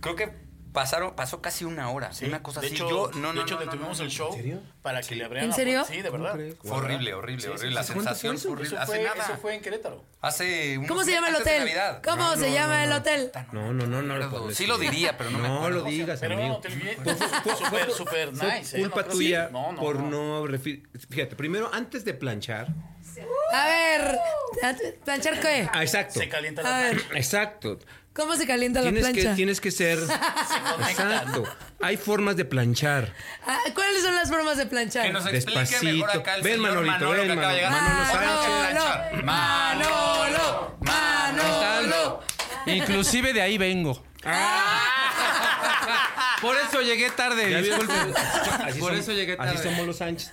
creo que pasaron, pasó casi una hora. Sí, Una cosa de así. Hecho, yo, no, de no, hecho, no, no, detuvimos no. el show para que le abrieran ¿En la serio? puerta. Sí, de verdad. crees? Fue horrible, horrible, horrible. La ¿Hace cuánto fue sensación eso? fue horrible. Eso Hace fue, nada. eso fue en Querétaro. Hace unos ¿Cómo se llama el antes de hotel? Navidad. ¿Cómo se llama el hotel? No, no, no, no. lo Perdón, puedo sí decir. lo diría, pero no me No acuerdo. lo digas, Pero no, amigo. te olvidé. Súper, súper Fue nice. ¿eh? culpa No, creo que sí. tuya No, no, por no. no. refi- Fíjate, primero, antes de planchar. A ver, antes- planchar qué? Ah, exacto. Se calienta A la ver, Exacto. ¿cómo se calienta la Tienes que, plancha? tienes que (laughs) ser. Oh Exacto. Hay formas de planchar. Ah, ¿Cuáles son las formas de planchar? Que nos explique mejor Despacito. acá el Ven, señor Manolito, Manolo ven, que acaba de llegar. Manolo. Manolo, Manolo, Manolo. Inclusive de ahí vengo. Ah. Por eso llegué tarde, Ya ves, disculpe. así Por som- eso llegué tarde. Así somos los Sánchez.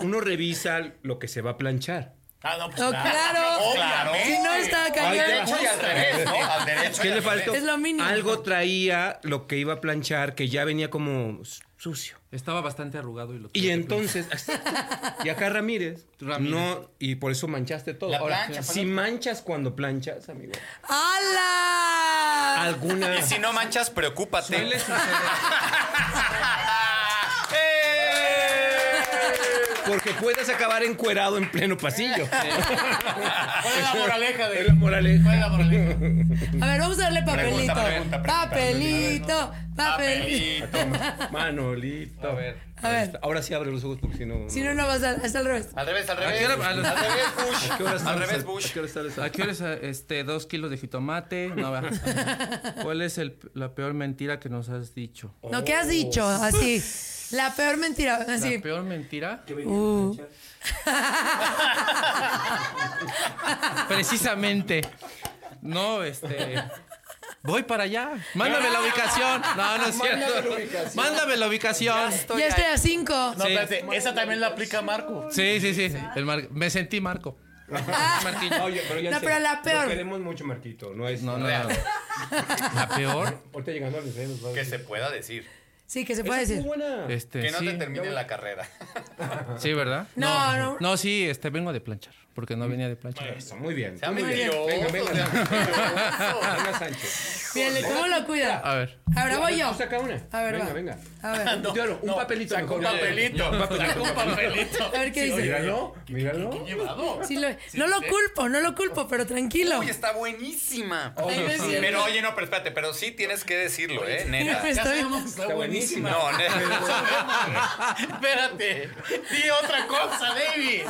Uno revisa lo que se va a planchar. Ah, no, pues No, claro. Obviamente. Si no está Ahí cañón. te va. Uy, al revés, ¿no? Al ¿Qué le faltó? Es lo mínimo. Algo traía lo que iba a planchar que ya venía como sucio. Estaba bastante arrugado y lo Y entonces, y acá Ramírez, Ramírez. no, y por eso manchaste todo. La Ahora, plancha, si por- manchas cuando planchas, amigo, ¡Hala! (laughs) alguna. Y si no manchas, preocúpate. Suele suceder. ¡Eh! Porque puedes acabar encuerado en pleno pasillo. ¿Cuál es la moraleja de Es la moraleja. ¿Cuál es la moraleja? A ver, vamos a darle papelito. pregunta, pregunta. papelito, papelito. Manolito. A ver. A ver. Ahora sí abre los ojos porque si no. Si no, no vas a. Hasta al revés. Al revés, al ¿A revés. qué hora- a los- Al revés, Bush. ¿A qué hora al sales? revés, ¿A Bush. qué hora sales? ¿A qué hora es, este, dos kilos de jitomate? (laughs) No, va. ¿Cuál es el- la peor mentira que nos has dicho? No, ¿qué has dicho? Así. La peor mentira. Así. ¿La peor mentira? Uh. Precisamente. No, este. Voy para allá. Mándame la ubicación. No, no es cierto. Mándame la ubicación. Ya estoy a cinco. No, Sí. espérate, esa también la aplica Marco. Sí, sí, sí. El Mar- Me sentí (laughs) Marco. Marquillo. Oye, pero ya en No, serio, pero la lo peor. queremos mucho, Marquito. No es. No, no, no. La peor, Ahorita llegando al liceo nos va a Que decir. se pueda decir. Sí, que se Esa puede estuvo decir. buena. este. Que no sí. te termine la carrera. (laughs) Sí, ¿verdad? No, no. No, sí, este, vengo de planchar, porque no venía de planchar. Eso, muy bien. Sean Muy bien. mentirosos, Venga, venga. sean (laughs) Ana Sánchez. Mírale, ¿cómo lo cuida? A ver. Ahora voy yo. Tú saca una. A ver, venga, va. venga. A ver. Un teoro, un papelito. Saca un mejor. papelito. Un papelito, Saca un papelito. A ver qué dice. Míralo, míralo. Llevado. Sí lo- no lo culpo, no lo culpo, pero tranquilo. Oye, está buenísima. no es cierto. Pero oye, no, pero espérate, pero sí tienes que (laughs) decirlo, ¿eh? Neta. Ya Estoy- sabemos que está Está buenísima. buenísima. No, neta. Espérate. Di otra cosa, David.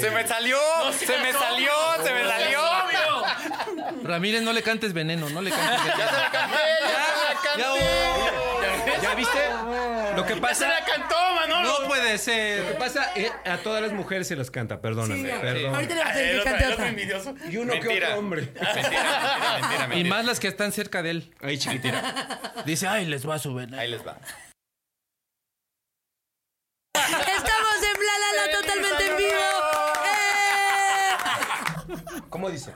Se me salió, se me salió, se me salió. Obvio. Ramírez, no le cantes veneno, no le cantes veneno. Ya se la canté, ya se la canté. ¿Ya viste? (laughs) Lo que Se pasa. la cantó, Manolo. No puede Lo que ser. pasa eh, a todas las mujeres se las canta, perdóname, Sí, ya. perdón. Ahorita le voy a El pedir que otro, cante el otro otra. envidioso. Y uno que Mentira. otro hombre. Mentira, mentira, mentira, Y mentira. más las que están cerca de él. Ahí chiquitira. Dice, ay, les va a subir. Ahí les va. Estamos en Bla La La totalmente en vivo. ¡Eh! ¿Cómo dice?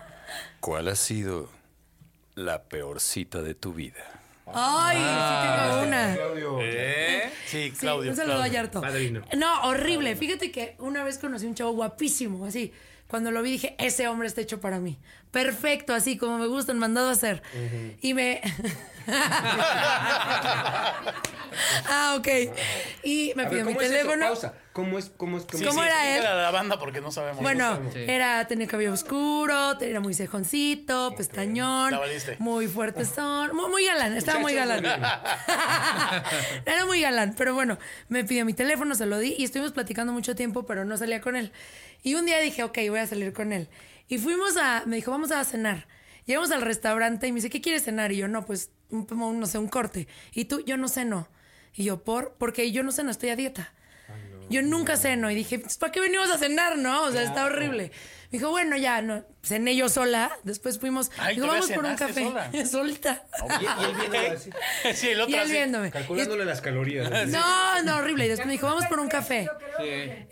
¿Cuál ha sido la peor cita de tu vida? Ay, sí Ah. tengo una. Claudio. ¿Eh? Sí, Sí, un saludo a Yarto. Padrino. No, horrible. Fíjate que una vez conocí un chavo guapísimo, así. Cuando lo vi dije, ese hombre está hecho para mí. Perfecto, así como me gustan, mandado a hacer. Y me... (laughs) ah, ok. Y me A pidió mi ver, ¿cómo es eso? teléfono. Pausa. ¿Cómo es? ¿Cómo es? ¿Cómo es? era él? Era la banda porque no (laughs) sabemos. Bueno, No sabemos. era, tenía cabello oscuro, era muy cejoncito, pestañón, La valiste. muy fuerte son, muy, muy galán, estaba muy galán. (laughs) era muy galán, pero bueno, me pidió mi teléfono, se lo di y estuvimos platicando mucho tiempo, pero no salía con él. Y un día dije, ok, voy a salir con él. Y fuimos a, me dijo, vamos a cenar. Llegamos al restaurante y me dice, ¿qué quieres cenar? Y yo, no, pues, un, un- no sé, un corte. Y tú, yo no ceno. Y yo, ¿por? Porque yo no ceno, estoy a dieta. Yo nunca ceno y dije, "Pues, ¿para qué venimos a cenar, no? O sea, está horrible. Me dijo, bueno, ya, no. Cené yo sola, después fuimos. Ay, dijo, ¿todavía vamos por un cenaste café. (laughs) sola? Solita. Sí, el Y otro él así. viéndome. Calculándole las calorías. (laughs) No, no, horrible. Y después me dijo, vamos por un café.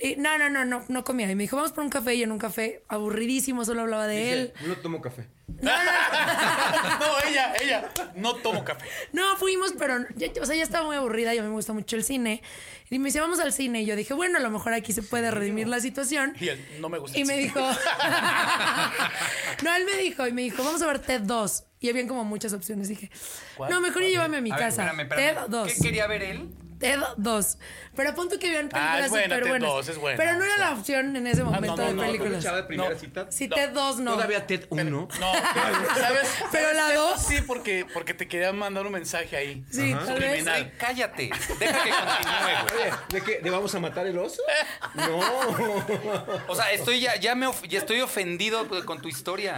Y, no, no, no, no, no comía. Y me dijo, vamos por un café. Y en un café aburridísimo, solo hablaba de él. No tomo café. (laughs) No, ella, ella. No tomo café. No, fuimos, pero ya- o sea, ya estaba muy aburrida. Yo me gusta mucho el cine. Y me dice, vamos al cine. Y yo dije, bueno, a lo mejor aquí se puede redimir la situación. Y él, no me gusta. Y el me cine. dijo. (laughs) no, él me dijo, y me dijo, vamos a ver TED 2. Y habían como muchas opciones. Dije, no, mejor llévame a mi A ver, casa. espérame, espérame. TED 2. ¿Qué quería ver él? TED 2. Pero a punto que vean Ah, películas es buena, súper TED buenas. 2, es buena, Pero no era es la opción en ese momento no, de no, películas. Chava de primera No. cita. sí, TED 2 no. Todavía TED 1. No, ¿sabes? (laughs) Pero la 2. Sí, porque, porque te quería mandar un mensaje ahí. Sí, tal vez. Criminal. Ay, cállate. Deja que continúe, güey. Oye, ¿de qué? ¿De vamos a matar el oso? No. O sea, estoy ya, ya me of- ya estoy ofendido con tu historia.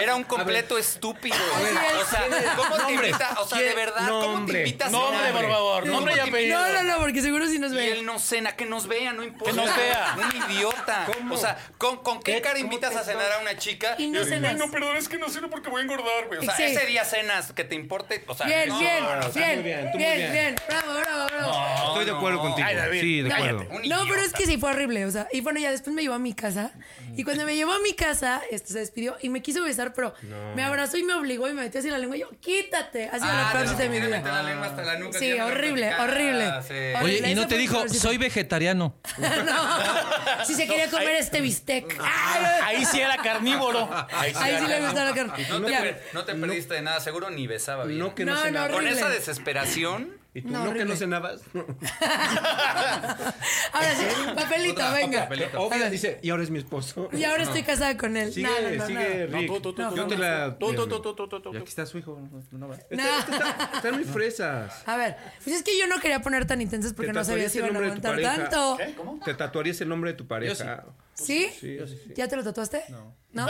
Era un completo estúpido. ver, o sea, ¿cómo te invita? O sea, de verdad, ¿cómo te nombre, invitas a Nombre, cenar? por favor. ¿Cómo Nombre y te veía. No, no, no, porque seguro sí nos Y ve. él no cena, que nos vea, no importa. Que nos vea. Un idiota. ¿Cómo? O sea, ¿con, con qué, ¿Qué? cara ¿Cómo invitas te a cenar a una chica? Y no Ay, cenas. No, perdón, es que no ceno porque voy a engordar, güey. O sea, Sí. ese día cenas, que te importe. O sea, Bien, no, bien, no, no, o sea, bien, muy bien, tú muy bien, bien. bien. Bravo, bravo, bravo. Estoy de acuerdo no. contigo. Ay, David, sí, de cállate. acuerdo. Un No, pero es idiota. que sí fue horrible, o sea, y bueno, ya después me llevó a mi casa y cuando me llevó a mi casa, este se despidió y me quiso besar, pero me abrazó y me obligó y me metió así la lengua y yo, "Quítate", así Ah, la parte te de mi quiere vida. meter la lengua hasta la nuca, Sí, siempre horrible, platicada, horrible. sí. Horrible. Oye, y Esa no te fue mi dijo, peorcita. soy vegetariano. (laughs) no. (laughs) Si se quería comer este bistec. Ay, Ahí sí era carnívoro. Ahí Ahí sí le gustaba la carne. No te, Ya. per- no te perdiste de nada, seguro ni besaba bien. No, que No, no, no, cenaba. Con horrible. esa desesperación. ¿Y tú No, no, que horrible. no cenabas? (laughs) Ahora (laughs) sí, papelito, Otra, venga. papelito. Obvio, dice, y ahora es mi esposo. Y ahora estoy casada con él. Sigue, no, no, no, sigue, no. Rick. tú, tú, tú, Yo tú, te tú, la... tú, tú, tú, tú, tú, tú, tú. Y aquí está su hijo. no- no va. No. Están muy fresas. A ver, pues es que yo no quería poner tan intensas porque Te no sabía tatuarías si el iban a nombre de tu aguantar pareja. tanto. ¿Qué? ¿Cómo? Te tatuarías el nombre de tu pareja. ¿Sí? Sí, ¿Ya te lo tatuaste? No. ¿No?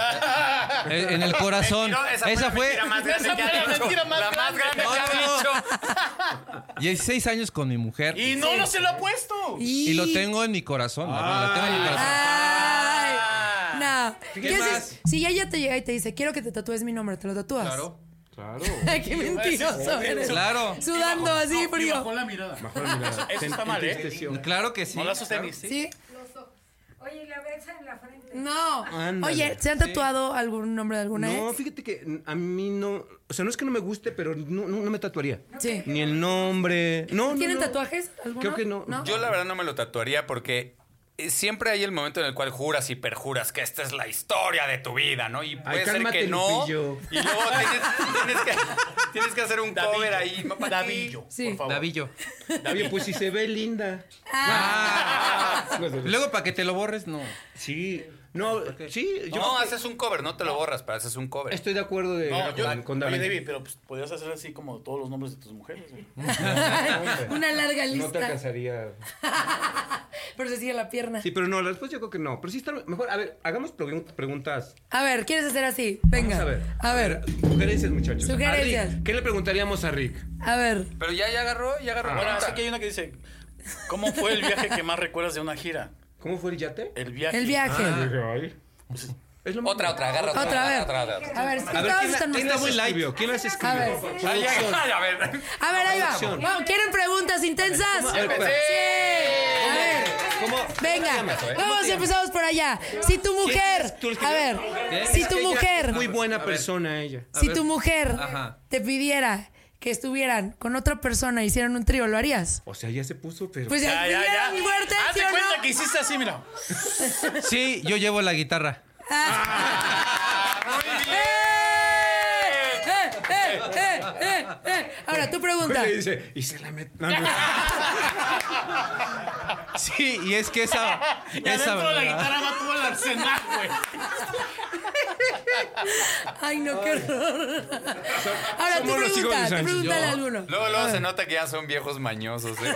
Eh, En el corazón. No, esa, la fue. mentira (laughs) más grande Esa que fue ha la dicho. mentira más La más grande. grande que ha No, no. dicho. 16 años con mi mujer. Y no, no se lo ha puesto. Y lo tengo en mi corazón. la verdad, la tengo en mi corazón. Ay, no. ¿Qué, haces? Ah. más? Si ella ya te llega y te dice, quiero que te tatúes mi nombre, ¿te lo tatúas? Claro. (laughs) Claro. Qué mentiroso eres. Claro. Sudando así, Y frío. bajó la mirada. Eso, Eso está mal, ¿eh? Claro que sí. No la sostenis. ¿Sí? Oye, la besa en la frente. No. Ándale. Oye, ¿se han tatuado algún nombre de alguna No, ex? fíjate que a mí no. O sea, no es que no me guste, pero no, no, no me tatuaría. Sí. Ni el nombre. No, no, ¿Tienen no. tatuajes? ¿Alguno? Creo que no. Yo la verdad no me lo tatuaría porque eh, siempre hay el momento en el cual juras y perjuras que esta es la historia de tu vida, ¿no? Y puede ser cálmate, que no. Lupillo. Y luego tienes, tienes que, tienes que hacer un Davillo. (laughs) cover ahí. ¿no? ¿Para qué? Davillo, Sí. por favor. Davillo. Oye, pues si se ve linda. Ah. Pues, Luego, para que te lo borres, no. Sí. No, sí. Yo No, haces un cover, no te lo borras, pero haces un cover. estoy de acuerdo de, No, yo, con, con oye, David. David, pero pues, podrías hacer así como todos los nombres de tus mujeres. güey. (laughs) Una larga No te lista. alcanzaría. pero se sigue la pierna. Sí, pero no, la respuesta yo creo que no. Pero sí está mejor. A ver, hagamos pregun- preguntas. A ver, ¿quieres hacer así? Vamos Venga. a ver. A ver. Sugerencias, muchachos. A Rick, Sugerencias. ¿Qué le preguntaríamos a Rick? A ver. Pero ya, ya agarró, Ah, ya agarró. Bueno, pregunta. así que hay una que dice, ¿cómo fue el viaje que más recuerdas de una gira? ¿Cómo fue el yate? El viaje. Ah, El viaje. Es lo mismo. Otra, otra, agarra otra. Otra, a ver. agarra otra, A ver, es que A ver, todas ¿quién, la- están quién muy- las escribió? ¿Quién las escribió? A ver. Ay, ay, a ver. A ver, ahí va. Vamos, ¿Quieren preguntas intensas? Sí. A pues, ver. ¿Cómo? Venga, vamos, empezamos por allá. Si tu mujer, ¿Tú eres- a ver, ¿Eh? si Es tu que ella mujer, es Muy buena persona ella. si tu mujer Ajá. te pidiera que estuvieran con otra persona y hicieran un trío, ¿lo harías? O sea, ya se puso, pero. Pues Ah, ya, ya, fuerte, Hazte ¿sí o cuenta no? que hiciste así, mira. (laughs) Sí, yo llevo la guitarra. ¡Eh! ¡Eh, eh, eh, eh, eh! Ahora, tu pregunta. le dice, y se la met... No, no. (laughs) Sí, y es que (laughs) esa. esa Adentro de la guitarra va todo el arsenal, güey. Ay, no, qué horror. Ahora, tu somos los pregunta, hijos de tú Sánchez. pregúntale a Yo- alguno. Luego, luego se nota que ya son viejos mañosos. ¿eh?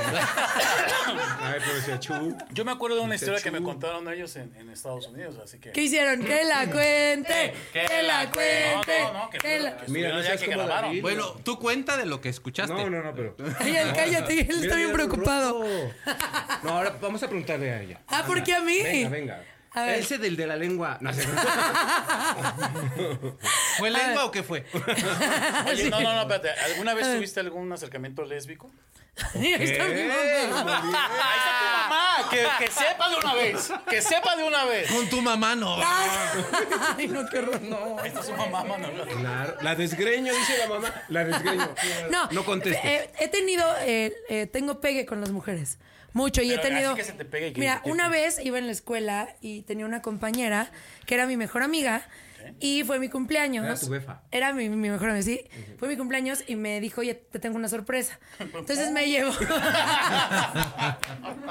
Ay, pero decía, chu. Yo me acuerdo de una historia que me contaron ellos en, en Estados Unidos, así que... ¿Qué hicieron? Que la cuente, Que que la la cuente. cuente. No, no, no, que- que la- que- Mira, no Ya seas que como grabaron. David. Bueno, tú cuenta de lo que escuchaste. No, no, no, (laughs) pero. (laughs) Ay, él, cállate, él está Mira, bien mira, preocupado. (laughs) rojo. No, ahora vamos a preguntarle a ella. Ah, ¿por qué a mí? Venga, venga. A ver. Ese del de la lengua. No, (laughs) sé. ¿Fue Ah. lengua o qué fue? Oye, no, no, no, espérate. ¿Alguna vez tuviste algún acercamiento lésbico? (laughs) Está mi mamá. Ahí está tu Ah, mamá. Que, que sepa de una vez. Que sepa de una (laughs) vez. Con tu mamá, no. Ay, no, qué horror, no. Ahí está su mamá, Manolo. Claro. La desgreño, dice la mamá. La desgreño. No, No contestes. eh, he tenido, eh, eh, tengo pegue con las mujeres. Mucho, y he Pero así tenido. que se te pegue y que- mira, que- una vez iba en la escuela y tenía una compañera que era mi mejor amiga y fue mi cumpleaños. Era tu befa. Era mi, mi mejor amiga, sí. Fue mi cumpleaños y me dijo, oye, te tengo una sorpresa. Entonces me llevó.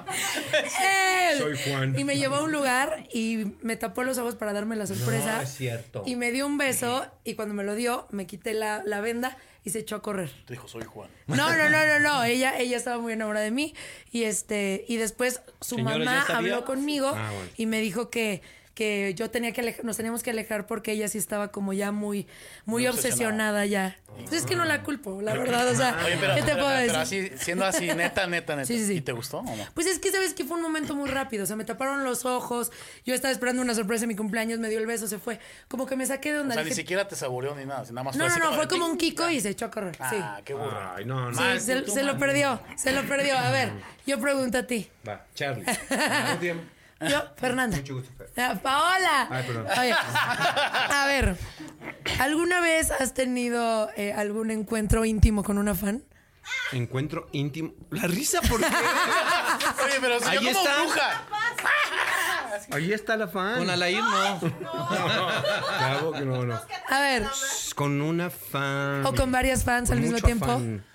Él. Soy Juan. Y me llevó a un lugar y me tapó los ojos para darme la sorpresa. No, es cierto. Y me dio un beso y cuando me lo dio, me quité la, la venda y se echó (laughs) a correr. Te dijo, soy Juan. No, no, no, no, no. Ella, ella estaba muy enamorada de mí. Y este, y después su Señores, mamá ¿ya sabía? habló conmigo Ah, bueno. y me dijo que que yo tenía que alejar- nos teníamos que alejar porque ella sí estaba como ya muy, muy Muy Ah. obsesionada. ya. Entonces es que no la culpo, la verdad. O sea, Oye, pero- ¿qué te pero- puedo pero decir? así, siendo así, neta, neta, neta. Sí, sí, sí. ¿Y te gustó o no? Pues es que sabes que fue un momento muy rápido, o sea, me taparon los ojos, yo estaba esperando una sorpresa en mi cumpleaños, me dio el beso, se fue. Como que me saqué de O onda. sea, ni dije, siquiera te saboreó ni nada. si Nada más no, fue no, así no, como fue de como un Kiko y se echó a correr. (laughs) sí. Ah, qué burro. Ay, no, Sí, no. se, se lo perdió, se lo perdió. A (laughs) ver, yo pregunto a ti. Va, (laughs) Charlie. Yo, Fernanda. Ah, Mucho gusto, Fer. Ah, Paola. Ay, perdón. Oye, a ver, ¿alguna vez has tenido eh, algún encuentro íntimo con una fan? Encuentro íntimo. La risa, ¿por qué? Oye, pero si Ah. Ahí yo como está. bruja. (laughs) Ahí está la fan. Con Alair no. Claro que no, no. A ver, Con una fan. o con varias fans al Con mismo mucho tiempo. afán.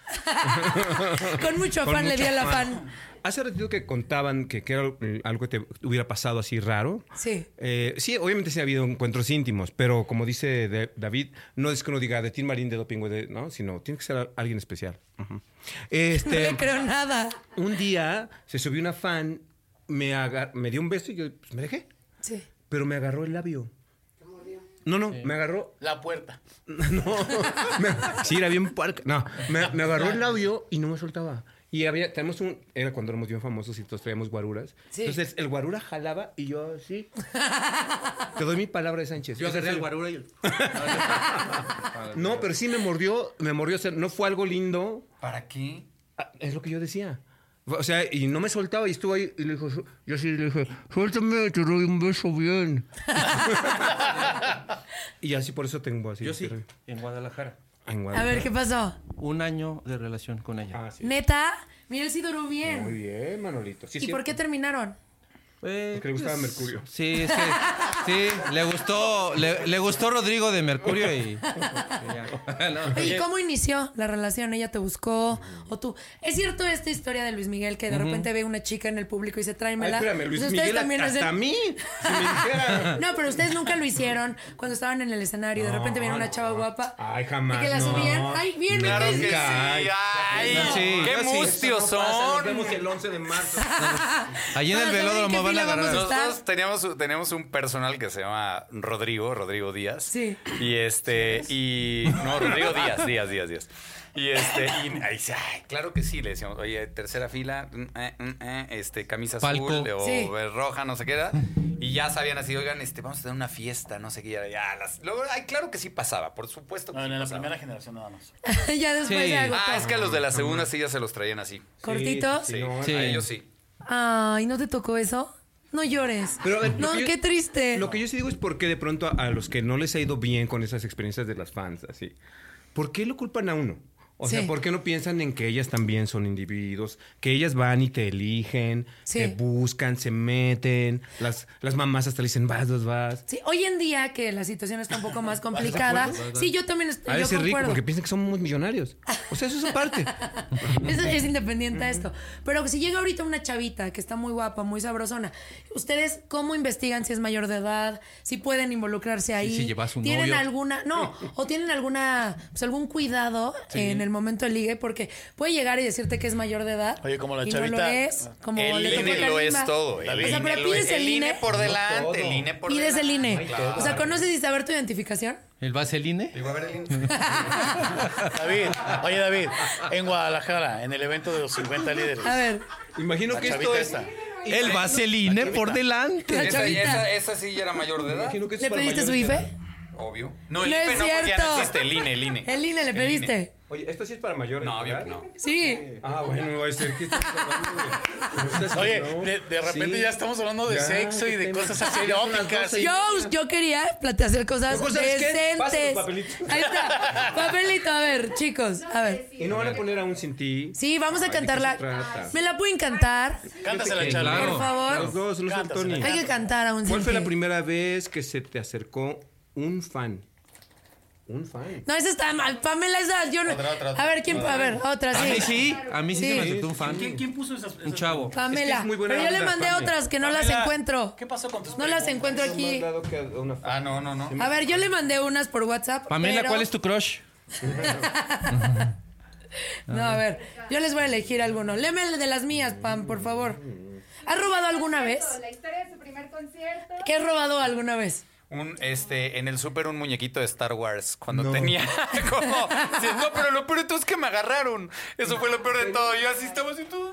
Con mucho afán le di a la fan. Hace ratito que contaban que, que era eh, algo que te hubiera pasado así raro. Sí. Eh, sí, obviamente sí ha habido encuentros íntimos, pero como dice de- David, no es que uno diga de Tim Marín, de Doping, o de, ¿no? sino tiene que ser a- alguien especial. Ujú. No Este, (laughs) le creo nada. un día se subió una fan, me, agar- me dio un beso y yo pues, me dejé, Sí. pero me agarró el labio. No, no, me agarró. (laughs) La puerta. me- sí, era bien puerca. No, me, me agarró el labio y no me soltaba. Y había, tenemos un. Era cuando éramos bien famosos y todos traíamos guaruras. Sí. Entonces el guarura jalaba y yo así. Te doy mi palabra de Sánchez. Yo Es en agarré el (laughs) serio. guarura y... (laughs) No, pero sí me mordió, me mordió. O sea, no fue algo lindo. ¿Para qué? Ah, Es lo que yo decía. O sea, y no me soltaba y estuvo ahí y le dijo, "Su- yo sí le dije, suéltame, te doy un (laughs) beso bien. y así por eso tengo así. Yo sí, en Guadalajara. En A Guadalajara. ver, ¿qué pasó? Un año de relación con ella. Neta, Miguel sí duró bien. Ah, Muy bien, Manolito. Sí, ¿Y por qué terminaron? Eh, Porque le gustaba pues, Mercurio. Sí, es que- sí, le gustó, le, le gustó Rodrigo de Mercurio y. y ya. No. Oye, ¿y ¿cómo inició la relación? ¿Ella te buscó? ¿O tú? ¿Es cierto esta historia de Luis Miguel que de Ujú. repente ve una chica en el público y dice, Ay, tráemela? espérame, Luis Pues ustedes Miguel también hasta a hacen- mí. Si me dijera. (laughs) No, pero ustedes nunca lo hicieron cuando estaban en el escenario. De repente viene una chava guapa. Ay, jamás. ¿Y que la no. subían? Ay, viene, Claro ven. que sí. Ay, Ay, no, sí, qué no, sí. mustios Eso no pasa, nos son. vemos el 11 (laughs) de marzo. Allí en el Bueno, ¿saben qué velódromo van a fila vamos agarrar. a Nosotros teníamos, teníamos un personal que se llama Rodrigo, Rodrigo Díaz. Sí. Y este, y. No, Rodrigo Díaz, Díaz, Díaz, Díaz. Y este, y ahí dice, "Ay, claro que sí, le decíamos, oye, tercera fila, mm, eh, mm, eh, este, camisa azul Palco. o Sí. eh, roja, no sé qué era. Y ya sabían así, oigan, este, vamos a tener una fiesta, no sé qué. Ya, ya, las- luego, ay, claro que sí pasaba, por supuesto que No, sí en la pasaba. primera generación nada más. (laughs) ya después Sí. se agotó. Ah, es que a los de la segunda sí ya se los traían así. ¿Cortitos? Sí, Sí. a ellos sí. Ay, ¿no te tocó eso? No llores. Pero, a ver, no, lo que yo- qué triste. Lo que yo sí digo es por qué de pronto a, a los que no les ha ido bien con esas experiencias de las fans, así, ¿por qué lo culpan a uno? O Sí. sea, ¿por qué no piensan en que ellas también son individuos? Que ellas van y te eligen, Sí. te buscan, se meten. Las, las mamás hasta le dicen, vas, vas, vas. Sí, hoy en día que la situación está un poco (laughs) más pues, complicada. Sí, yo también estoy. A yo veces rico concuerdo. porque piensan que somos millonarios. O sea, eso es (laughs) aparte. (laughs) Es, es independiente a esto. Pero si llega ahorita una chavita que está muy guapa, muy sabrosona, ¿ustedes cómo investigan si es mayor de edad? ¿Si pueden involucrarse ahí? si lleva a su ¿Tienen novio. alguna, no, o tienen alguna, pues algún cuidado en el momento del ligue? Porque puede llegar y decirte que es mayor de edad. Oye, como la y No lo chavita- es, como el le tocó INE a lo es Kalimba. todo. O El, sea, INE, pero lo es. pides el INE. por delante, el INE por Pides delante. el INE. Claro. O sea, ¿conoces y saber tu identificación? ¿El vaseline? Digo, a ver, el INE. David, oye, David, en Guadalajara, en el evento de los 50 líderes. (laughs) A ver, Imagino La que esto chavita es. esta. El vaseline por delante. la Esa, esa, chavita. esa sí ya era mayor de edad. Imagino que esto ¿Le es para pediste su E? mayores de IFE? edad. Obvio. No, No es IFE porque ya cierto. no existe el INE, el INE. El INE le pediste. Oye, esto sí es para mayores. No, obvio ¿verdad? que no. Sí. Ah, bueno, va a decir que estás hablando de- Ustedes Oye, no. de, de repente Sí. ya estamos hablando de Ya, sexo y qué de tema. cosas así Ya son las eróticas. doce. y- Yo, yo quería plate- hacer cosas Luego, ¿sabes qué? Pasa decentes. los papelitos. Ahí está. Papelito, a ver, chicos. A ver. Y no van a poner aún sin ti. Sí, vamos a Ay, ¿de qué se cantarla. trata? ¿Me la pueden cantar? Cántasela, Sí, Charlie. claro. Por favor. Los dos, Luz Cántasela. Antonio. Hay que cantar a un ¿Cuál sin fue la ti. primera vez que se te acercó un fan? Un fan. No, esa está mal. Pamela, esa yo no. A ver, ¿quién? A ver, otra, A mí sí. sí, a mí sí, Sí. se me aceptó un fan. ¿Quién, quién puso esas? esas- Un chavo. Pamela. Es que es muy buena Pero yo le onda, mandé Pame. otras que no las Pamela, encuentro. ¿Qué pasó con tus No las preguntas? encuentro Más aquí. dado que una fan. Ah, no, no, no. A ver, yo le mandé unas por WhatsApp. Pamela, pero- ¿cuál es tu crush? No, a ver, yo les voy a elegir alguno. Léeme el de las mías, Pam, por favor. ¿Has robado alguna vez? La historia de su primer concierto. ¿Qué has robado alguna vez? Un, este, en el súper un muñequito de Star Wars cuando tenía (laughs) como... sí, no, pero lo peor de todo es que me agarraron. Eso fue lo peor de todo. Yo así estaba así... todo,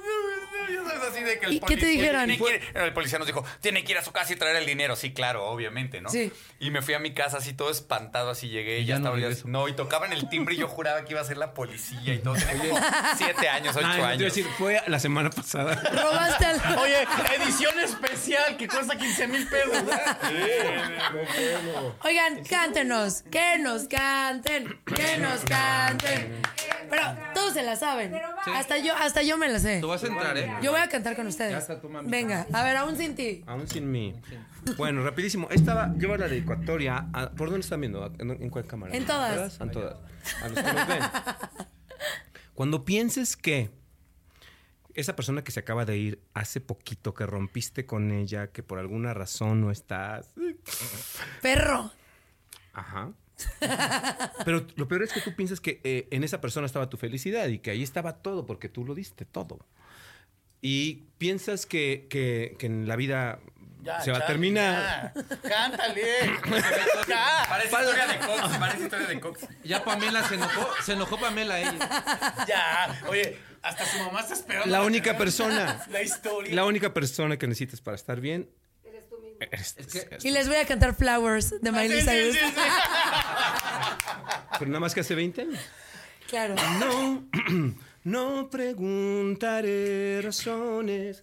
ya sabes, así de que el ¿Y qué te policía- dijeron? tiene que ir- el policía nos dijo, tiene que ir a su casa y traer el dinero. Sí, claro, obviamente, ¿no? Sí. Y me fui a mi casa así todo espantado, así llegué y, ya, estaba... ya- no, y tocaban el timbre y yo juraba que iba a ser la policía y todo. Tenía como siete años, ocho Ay, Ah, no te iba a años. decir, fue la semana pasada. (laughs) Robaste al- (laughs) Oye, edición especial que cuesta 15 mil pesos. Oigan, cántenos, que nos canten, que nos canten. Pero todos se la saben. Hasta yo, hasta yo me la sé. Tú vas a entrar, ¿eh? Yo voy a cantar con ustedes. Ya está tu mami. Venga, a ver, aún sin ti. Aún sin mí. Bueno, rapidísimo. Estaba, yo a la de Ecuatoria. a- ¿Por dónde están viendo? ¿En, en cuál cámara? En todas. En todas. A los que nos ven. Cuando pienses que esa persona que se acaba de ir hace poquito, que rompiste con ella, que por alguna razón no estás. Perro. Ajá. Pero lo peor es que tú piensas que eh, en esa persona estaba tu felicidad y que ahí estaba todo porque tú lo diste todo. Y piensas que, que- que en la vida Ya, se va a ya, terminar. ya. Cántale. (laughs) Ya. Parece historia de Cox, parece historia de Cox. Ya Pamela se enojó. Se enojó Pamela ¿eh? ella. Ya. Oye, hasta su mamá está esperando. La única persona. La historia. La única persona que necesitas para estar bien eres tú Y les voy a cantar Flowers Ah, de Miley Cyrus. Pero nada más que hace 20 años. (laughs) Claro. No, (clears throat) no preguntaré razones.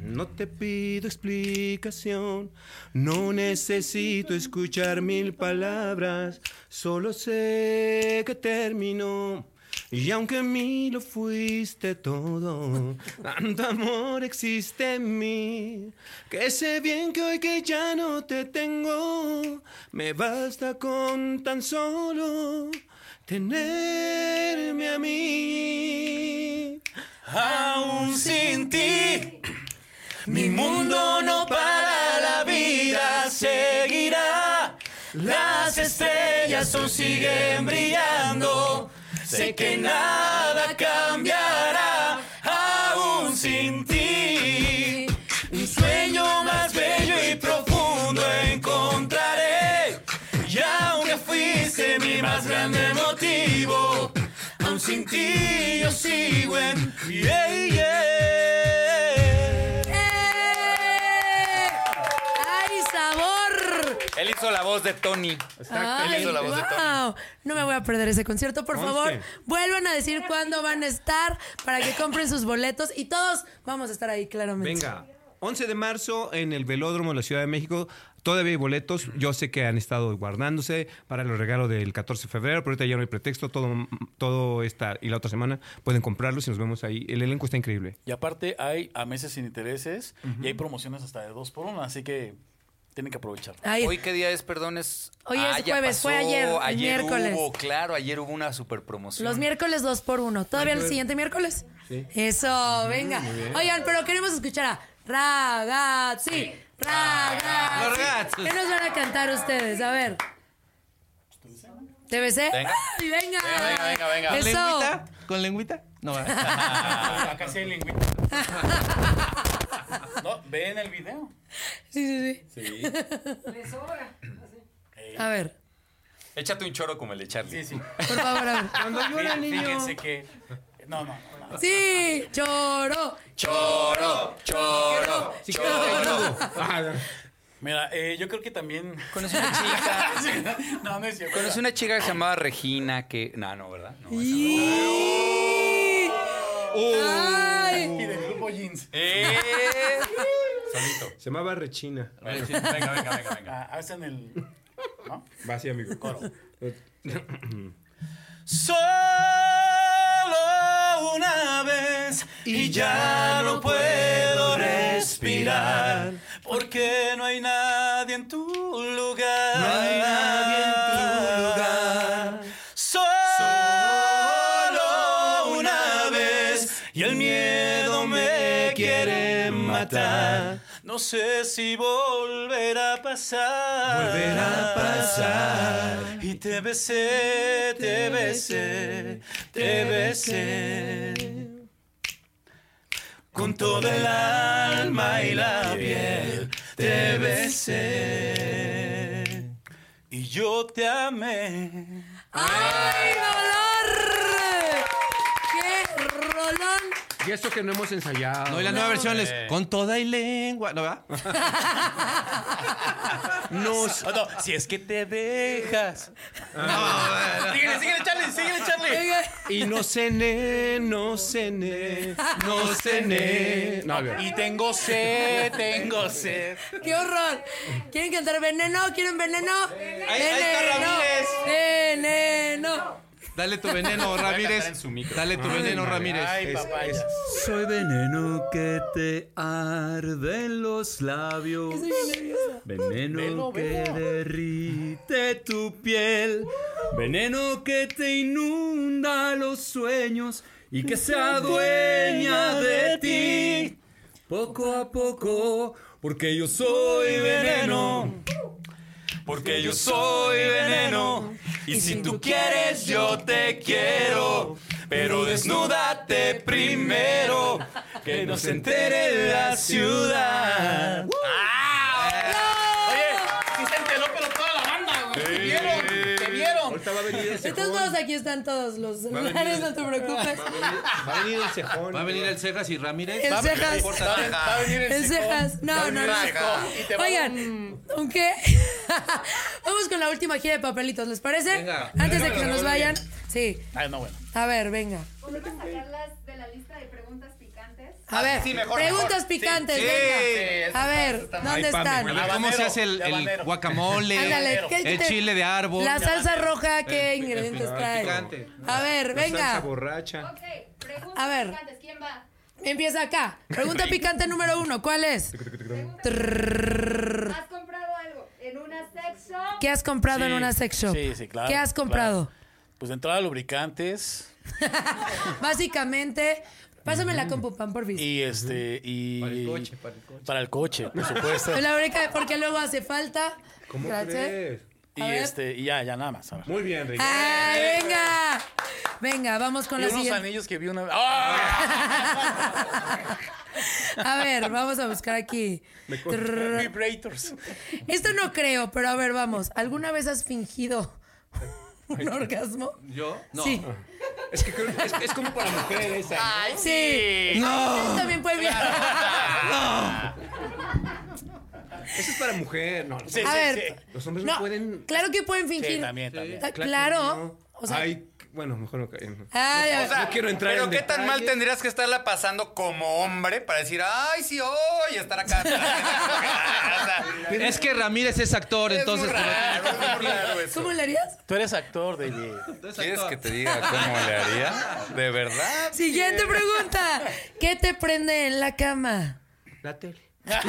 No te pido explicación. No necesito escuchar mil palabras. Solo sé que terminó. Y aunque en mí lo fuiste todo, tanto amor existe en mí, que sé bien que hoy que ya no te tengo, me basta con tan solo tenerme a mí. Aún sin ti, mi mundo no para, la vida seguirá. Las estrellas aún siguen brillando. Sé que nada cambiará aún sin ti. Un sueño más bello y profundo encontraré. Y aunque fuiste mi más grande motivo, aún sin ti yo sigo en yeah, yeah. ¡Eh! ¡Ay, sabor! Él hizo la voz de Tony. Él Ay, hizo la voz de Tony. wow. No me voy a perder ese concierto, por Once. favor. Vuelvan a decir cuándo van a estar para que compren sus boletos y todos vamos a estar ahí, claramente. Venga, 11 de marzo en el Velódromo de la Ciudad de México. Todavía hay boletos. Yo sé que han estado guardándose para el regalo del 14 de febrero, pero ahorita ya no hay pretexto. Todo, todo esta y la otra semana pueden comprarlos y nos vemos ahí. El elenco está increíble. Y aparte hay a meses sin intereses y hay promociones hasta de dos por uno, así que tienen que (laughs) aprovechar. Ay. Hoy qué día es, perdón, es. Ah, Hoy es ya jueves, fue ayer, el ayer miércoles. Hubo, claro, ayer hubo una super promoción. Los miércoles dos por uno. ¿Todavía Ay, el qué- siguiente miércoles? Sí. Eso, venga. muy bien. Oigan, pero queremos escuchar a Ragazzi. Ragazzi. Los ragazzi. ¿Qué nos van a cantar ustedes? A ver. ¿Te besé? Venga. ¡Ay, venga! ¿Con Eso. lengüita? ¿Con lengüita? No, Acá sí hay lengüita. No, ven el video. Sí, sí, sí. (laughs) A ver. Échate un choro como el de Charlie. Sí, sí. Por favor, a ver. Cuando llora el niño. Fíjense que. No, no. Sí, choro, choro, choro, choro. Mira, eh, yo creo que también. Conocí (laughs) una chica. no, no es cierto. Conocí una chica que se llamaba Regina, que. No, no, ¿verdad? No, esa Uh, Y del grupo jeans. Eh. Se llamaba Rechina. (laughs) Venga, venga, venga, Ah, hacen el. Va así, amigo. Solo una vez y ya no puedo respirar. Porque no hay nadie en tu lugar. No hay nadie en tu lugar. Solo una vez y el miedo me quiere matar. No sé si volverá a pasar. Volverá a pasar. Y te besé, te besé, te besé. con todo el alma y la piel te besé y yo te amé. ¡Ay, dolor! ¡Qué rolón! Y eso que no hemos ensayado. No, y la nueva versión es con toda y lengua. ¿No va? Nos- Oh, no, si es que te dejas. Ah. Síguele, síguele, Charlie, síguele, Charlie. Y no cené, no cené, no (laughs) Eh, cené. No, a ver. Y tengo sed, (laughs) tengo sed. ¡Qué horror! ¿Quieren cantar veneno? ¿Quieren veneno? ¡Veneno! ahí está Ramírez. ¡Veneno! Dale (laughs) tu veneno, Voy a Ramírez. cantar en su micro. Dale tu veneno, Ramírez. Ay, papaya. Soy veneno que te arde en los labios. Veneno Velo, que velo. derrite tu piel. Veneno que te inunda los sueños y que se adueña de ti. Poco a poco, porque yo soy veneno. Porque yo soy veneno. Y si tú quieres, yo te quiero. Pero desnúdate primero. Que no se entere la ciudad. Sí se enteró, pero toda la banda, güey. Te vieron, te vieron. Ahorita va a venir el Están todos aquí, están todos los celulares, no te preocupes. Va a venir el cejón. Va a venir el Cejas y Ramírez. En Va a venir- cejas. no importa, cejas. En cejas. Va a No, venir no, el cejón. no. Oigan, aunque (laughs) vamos con la última gira de papelitos, ¿les parece? Venga. Antes de Venga, que venga, nos venga. vayan. Sí. Ay, no, bueno. A ver, venga. ¿Podemos sacarlas de la lista de preguntas picantes? A ver, Sí, mejor, preguntas mejor. picantes, Sí. venga. Sí, a ver, Ay, Pame, ¿dónde están? güey, ¿Cómo se hace el, el habanero. guacamole? Ándale, ¿qué- qué el te- chile de árbol. La salsa roja, ¿qué El- el- ingredientes el trae? picante. A ver, La venga. salsa borracha. Ok, preguntas A ver. picantes. ¿Quién va? Empieza acá. (laughs) Pregunta picante número uno, ¿cuál es? Trrr. ¿Has comprado algo en una sex shop? ¿Qué has comprado en Sí, una sex shop? Sí, sí, claro. ¿Qué has claro. comprado? Pues de entrada lubricantes Básicamente, pásame la compu, pan, por fin. y este y para el coche, para el coche, (laughs) por supuesto. La única, porque luego hace falta. Gracias. Ah, Y A ver. este y ya, ya nada más. Muy bien, Ricky. ¡Ay, Eh. venga! Venga, vamos con y la unos siguiente. anillos que vi una vez. (laughs) ¡Ah! A ver, vamos a buscar aquí. Me consta. Trrr. Vibrators. Esto no creo, pero a ver, vamos. ¿Alguna vez has fingido un orgasmo? ¿Yo? No. Sí. Es que creo que es, es como para mujeres esa. ¿no? Sí. No. También puede bien. Eso es para mujer, no. Sí, A sí, ver, sí. Los hombres no, No, pueden. Claro que pueden fingir. Sí, también, también. Ta- Claro Ah, que Claro. no. O sea, Ay, bueno, mejor no caemos. ay, a O sea, ver. No quiero entrar pero en qué tan mal detalles. tendrías que estarla pasando como hombre para decir, ay, sí, hoy estar acá. (laughs) Es que Ramírez es actor, entonces. ¿Cómo le harías? Tú eres actor, David. ¿Quieres que te diga cómo le haría? ¿De verdad? Siguiente pregunta. ¿Qué te prende en la cama? La tele. Eh,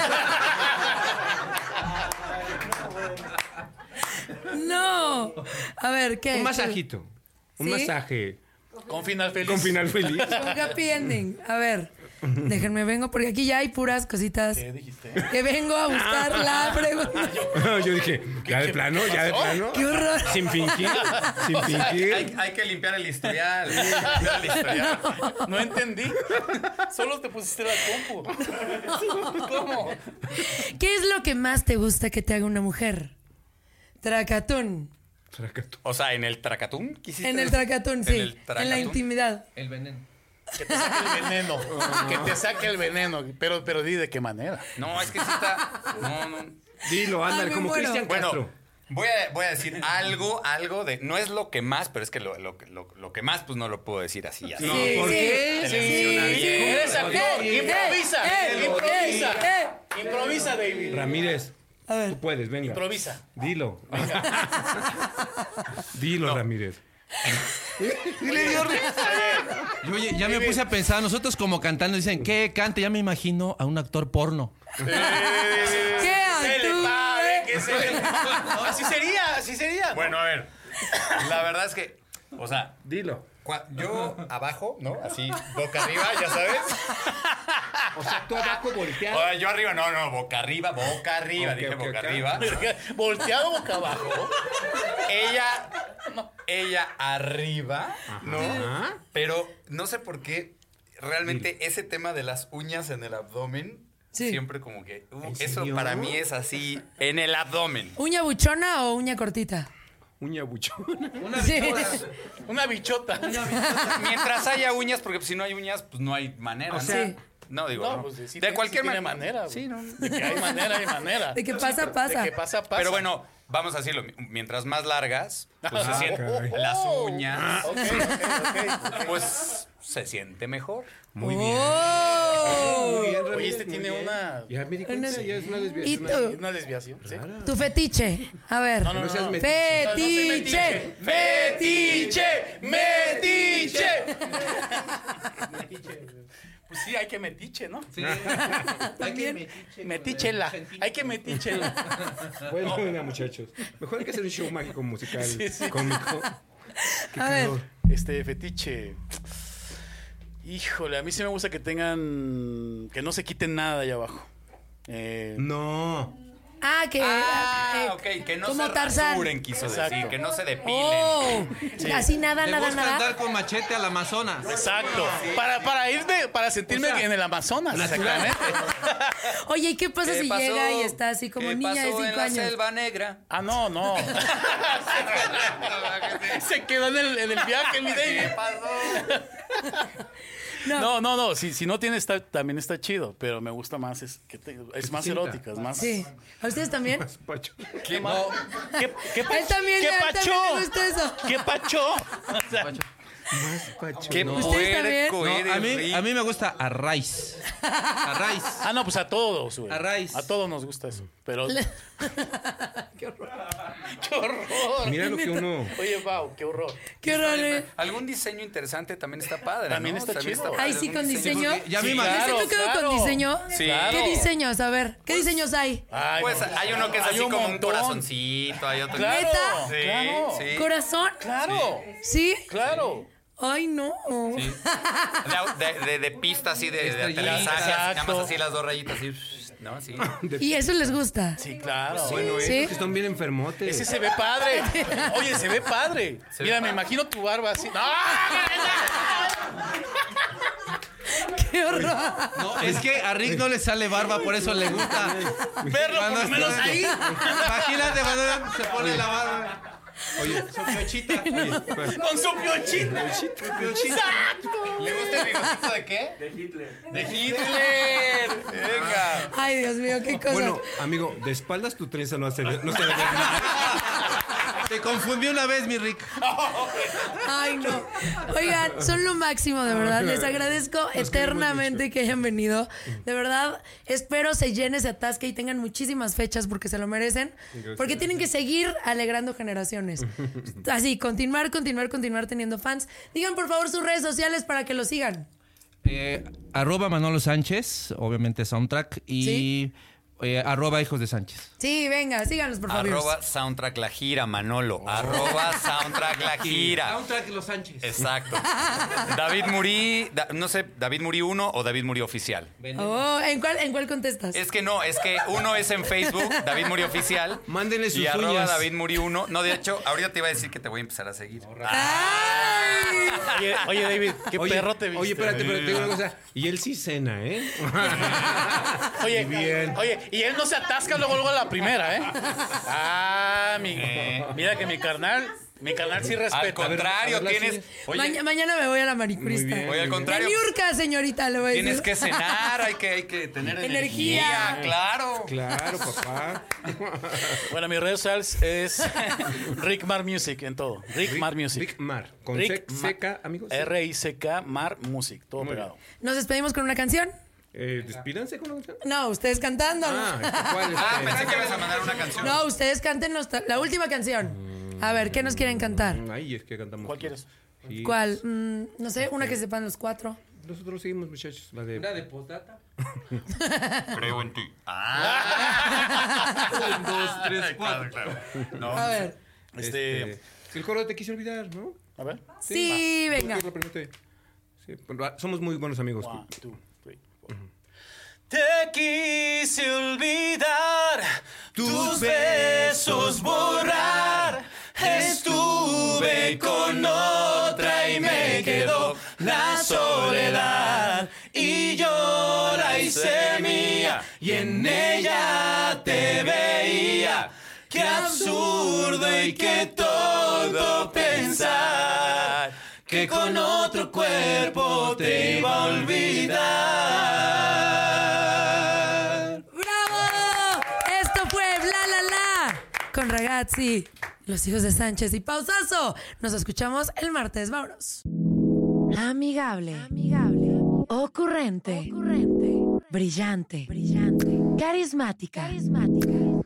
No. A ver, ¿qué? Un masajito. Un ¿Sí? masaje. Con final feliz. Con final (laughs) feliz. Con happy ending. A ver, déjenme vengo porque aquí ya hay puras cositas. ¿Qué dijiste? Que vengo a buscar la pregunta. Yo dije, ya de plano, ya de plano. ¡Qué horror! Sin fingir. Sin O sea, fingir. hay, hay que limpiar el historial. limpiar el historial. No entendí. Solo te pusiste la compu. ¿Cómo? ¿Qué es lo que más te gusta que te haga una mujer? Tracatón. O sea, en el tracatún quisiste. En el tracatón, sí. En el En la tracatún. intimidad. El veneno. Que te saque el veneno. Que te saque el veneno. Pero, pero di de qué manera. No, es que sí está. No, no. Dilo, Ay, ándale, me como muero. Cristian Bueno, Castro. Voy a, voy a decir algo, algo de. No es lo que más, pero es que lo, lo, lo, lo que más, pues no lo puedo decir así. así. No, ¿por qué? Sí, Televisión sí, abierta. sí. Eres actor. Eh, Improvisa. eh, Improvisa. eh, eh. Improvisa, David. Ramírez, A ver. tú puedes, venga. Improvisa. Dilo. Dilo, Ramírez. Yo ya, ya me puse a pensar, nosotros como cantando dicen, ¿qué cante? Ya me imagino a un actor porno. ¿Qué Se le actúe? ¿eh? pare, que se le- Así sería, así sería. Bueno, a ver. La verdad es que. O sea, Dilo. cua- yo abajo, ¿no? Así, boca arriba, ya sabes. O sea, tú abajo volteado. O sea, yo arriba, no, no, boca arriba, boca arriba. Ok, dije ok, boca ok. arriba. Volteado boca abajo. Ella, ella arriba, ¿no? Pero no sé por qué. realmente ese tema de las uñas en el abdomen, siempre como que... uh, ¿En eso serio? para mí es así, en el abdomen. ¿Uña buchona o uña cortita? Uña buchón. Una Sí. bichota. Una bichota. Mientras haya uñas, porque si no hay uñas, pues no hay manera. O ¿no? sea- no, digo, No, no. pues, sí, sí de tiene- cualquier sí tiene man- manera, güey. Sí, no. De que hay manera, hay manera. De que pasa, pero- pasa. de que pasa, pasa. Pero (laughs) bueno, vamos a decirlo, mi- mientras más largas, pues Ah, se sienten ok. las uñas. Ok, Pues se siente mejor. Muy bien. Oh. Muy bien, Ramírez, Oye, este muy tiene bien. una- Ya me di cuenta, Una- ya es una (laughs) desviación. ¿Y tú? Una desviación. ¿sí? Tu fetiche. A ver. No, no, no, no. Fetiche. ¡Metiche! ¡Metiche! Pues sí, hay que metiche, ¿no? (laughs) Sí. También. Metichela. Hay que metichela. Bueno, mira, muchachos. Mejor hay que hacer un show mágico musical, (laughs) Sí, sí. cómico. Qué A calor. ver. Este fetiche. Híjole, a mí sí me gusta que tengan. Que no se quiten nada allá abajo. Eh, No. Ah, que. Ah, eh, ok, que no como se Tarzán. rasuren, quiso decir, Exacto. que no se depilen. Oh. Así nada, Te nada, busca nada. andar con machete al Amazonas. Exacto. Para, para irme, para sentirme en el Amazonas. Exactamente. Oye, ¿y qué pasa ¿Qué si pasó? llega y está así como ¿Qué niña de pasó 5 en la años? selva negra? Ah, no, (laughs) no. se quedó en el, en el viaje, mi David. No. no, no, Si, si no tiene, está, también está chido, pero me gusta más. Es, que te- es más sienta. erótica, es más. Sí. ¿A ustedes también? Pues, ¿Qué, más? ¿Qué, qué pa- Él también, ¿Qué a él pacho? también le gusta eso. ¿Qué pacho? O sea, ¿Qué No. ¿Ustedes también? puerco eres, No, a, mí, Rick? a mí me gusta a raíz. (laughs) A raíz. Ah, no, pues a todos, güey. A raíz. A todos nos gusta eso. Pero. (laughs) ¡Qué horror! Mira lo que uno. Oye, Pau, qué horror. Qué pues, horror. Algún diseño interesante también está padre. También ¿no? está chido. pues, padre, Ay, sí, algún con diseño. Ya me ¿Les imagino. he tocado claro. Pues, con diseño? Sí. ¿Qué diseños? A ver, ¿qué diseños hay? Ay, Pues no. hay uno que es Hay así un como un montón. corazoncito, hay otro Claro, ¿Neta? Sí, claro. sí. ¿Corazón? eh, Claro, ¿Sí? claro. Ay, no. De, de- de- de pista así de, de Estrellita. aterrizaje, así, nada más Exacto. así las dos rayitas así, ¿no? Así. ¿Y eso les gusta? Sí, claro. Bueno, Sí. esos que están bien enfermotes. Ese se ve (laughs) padre. Oye, se ve padre. Se ve Mira, padre. me ¡Ah! imagino tu barba así. ¡No! (laughs) ¡Qué horror! No, es que a Rick no le sale barba, por eso le gusta. Verlo por Cuando lo menos está- ahí. Imagínate cuando se pone la barba. Oye, Su piochita. Con su piochita. ¿Le gusta el bigotito de qué? De Hitler. ¡De Hitler! ¡Venga! Ay, Dios mío, qué cosa. Bueno, amigo, de espaldas tu trenza no se ve. No se ve nada. (laughs) Te confundí una vez, mi Rick. Ay, no. Oigan, son lo máximo, de verdad. Les agradezco eternamente que hayan venido. De verdad, espero se llene ese atasque y tengan muchísimas fechas porque se lo merecen. Porque tienen que seguir alegrando generaciones. Así, continuar, continuar, continuar teniendo fans. Digan, por favor, sus redes sociales para que lo sigan. Eh, arroba Manolo Sánchez, obviamente soundtrack. Y Sí. eh, arroba hijos de Sánchez. Sí, venga, síganos, por favor. Arroba soundtrack la gira, Manolo. Arroba soundtrack la gira. Soundtrack Los Sánchez. Exacto. David Murí, da- no sé, David Murí 1 o David Murí oficial. Oh, ¿en cuál, ¿En cuál contestas? Es que no, es que uno es en Facebook, David Muri Oficial. Mándenle sus y arroba uñas. David Muri 1. No, de hecho, ahorita te iba a decir que te voy a empezar a seguir. ¡Ay! Oye, oye, David, qué perro te viste. Oye, espérate, pero tengo una cosa. Y él sí cena, ¿eh? Oye, bien. oye, y él no se atasca luego, luego a la primera, ¿eh? Ah, mi, mira que mi carnal, mi carnal sí Al respeta. contrario, tienes. Maña- Oye, mañana me voy a la maricurista. oye, al De contrario. Niurka, señorita, le voy a decir. Tienes que cenar, hay que, hay que tener Energía. energía. claro. Claro, papá. Bueno, mis redes sociales es (laughs) Rick Mar Music en todo. Rick, Mar Music. Rick Mar. Con Rick sec- Ma- seca, amigos. R-I-C-K Mar Music, todo Muy pegado. (laughs) ¿Nos despedimos con una canción? Eh, despídanse con la canción. No, ustedes cantando. (laughs) Ah, ¿cuál es? Ah, pensé que ibas a mandar una canción. No, ustedes canten nuestra- la última canción. A ver, ¿qué nos quieren cantar? Ay, es que cantamos. ¿Cuál quieres? Sí. ¿Cuál? Mm, no sé, una que sepan los cuatro. Nosotros seguimos, muchachos. La de. de postdata. Creo en ti. Ah. Un, dos, tres, cuatro. Claro, claro. No. A ver. Este, Este, El coro te quise olvidar, ¿no? a ver. Sí, Va. venga. Tú lo primero te- Sí, bueno, ah, somos muy buenos amigos. One, two, three, four. Te quise olvidar, tus besos borrar. Estuve con otra. otra y me quedó la soledad. Y yo la hice mía y en ella te veía. Qué absurdo y qué tonto pensar que con otro cuerpo te iba a olvidar. ¡Bravo! Esto fue Bla La La con Ragazzi, los hijos de Sánchez y Pausazo. Nos escuchamos el martes, vámonos. Amigable. Ocurrente. Brillante. Carismática.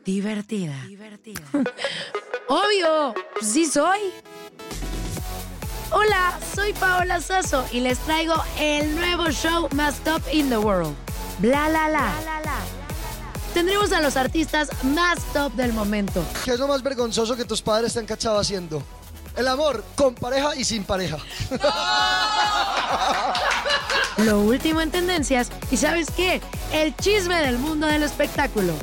Divertida. (laughs) Obvio, sí soy. Hola, soy Paola Sasso y les traigo el nuevo show más top in the world. Bla la la. Tendremos a los artistas más top del momento. ¿Qué es lo más vergonzoso que tus padres te han cachado haciendo? El amor con pareja y sin pareja. Lo último en tendencias y ¿sabes qué? El chisme del mundo del espectáculo.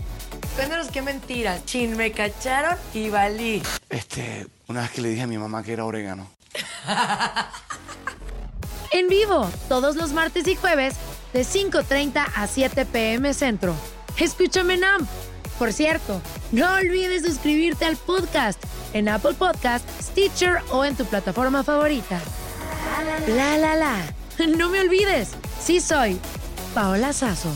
Cuéntanos qué mentiras. Chin, me cacharon y valí. Este, una vez que le dije a mi mamá que era orégano. En vivo, todos los martes y jueves, de 5.30 a 7 pm centro. Escúchame en AMP. Por cierto, no olvides suscribirte al podcast en Apple Podcast, Stitcher o en tu plataforma favorita. La la la. (laughs) No me olvides. Sí soy Paola Sazo.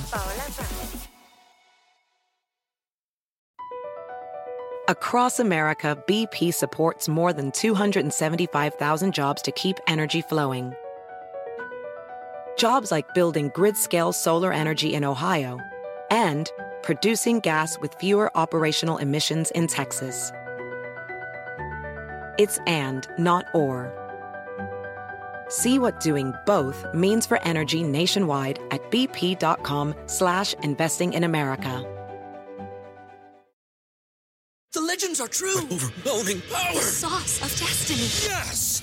Across America, BP supports more than 275,000 jobs to keep energy flowing. Jobs like building grid scale solar energy in Ohio and producing gas with fewer operational emissions in Texas. It's and, not or. See what doing both means for energy nationwide at bp.com slash investing in America. The legends are true. overwhelming power! sauce of destiny. Yes!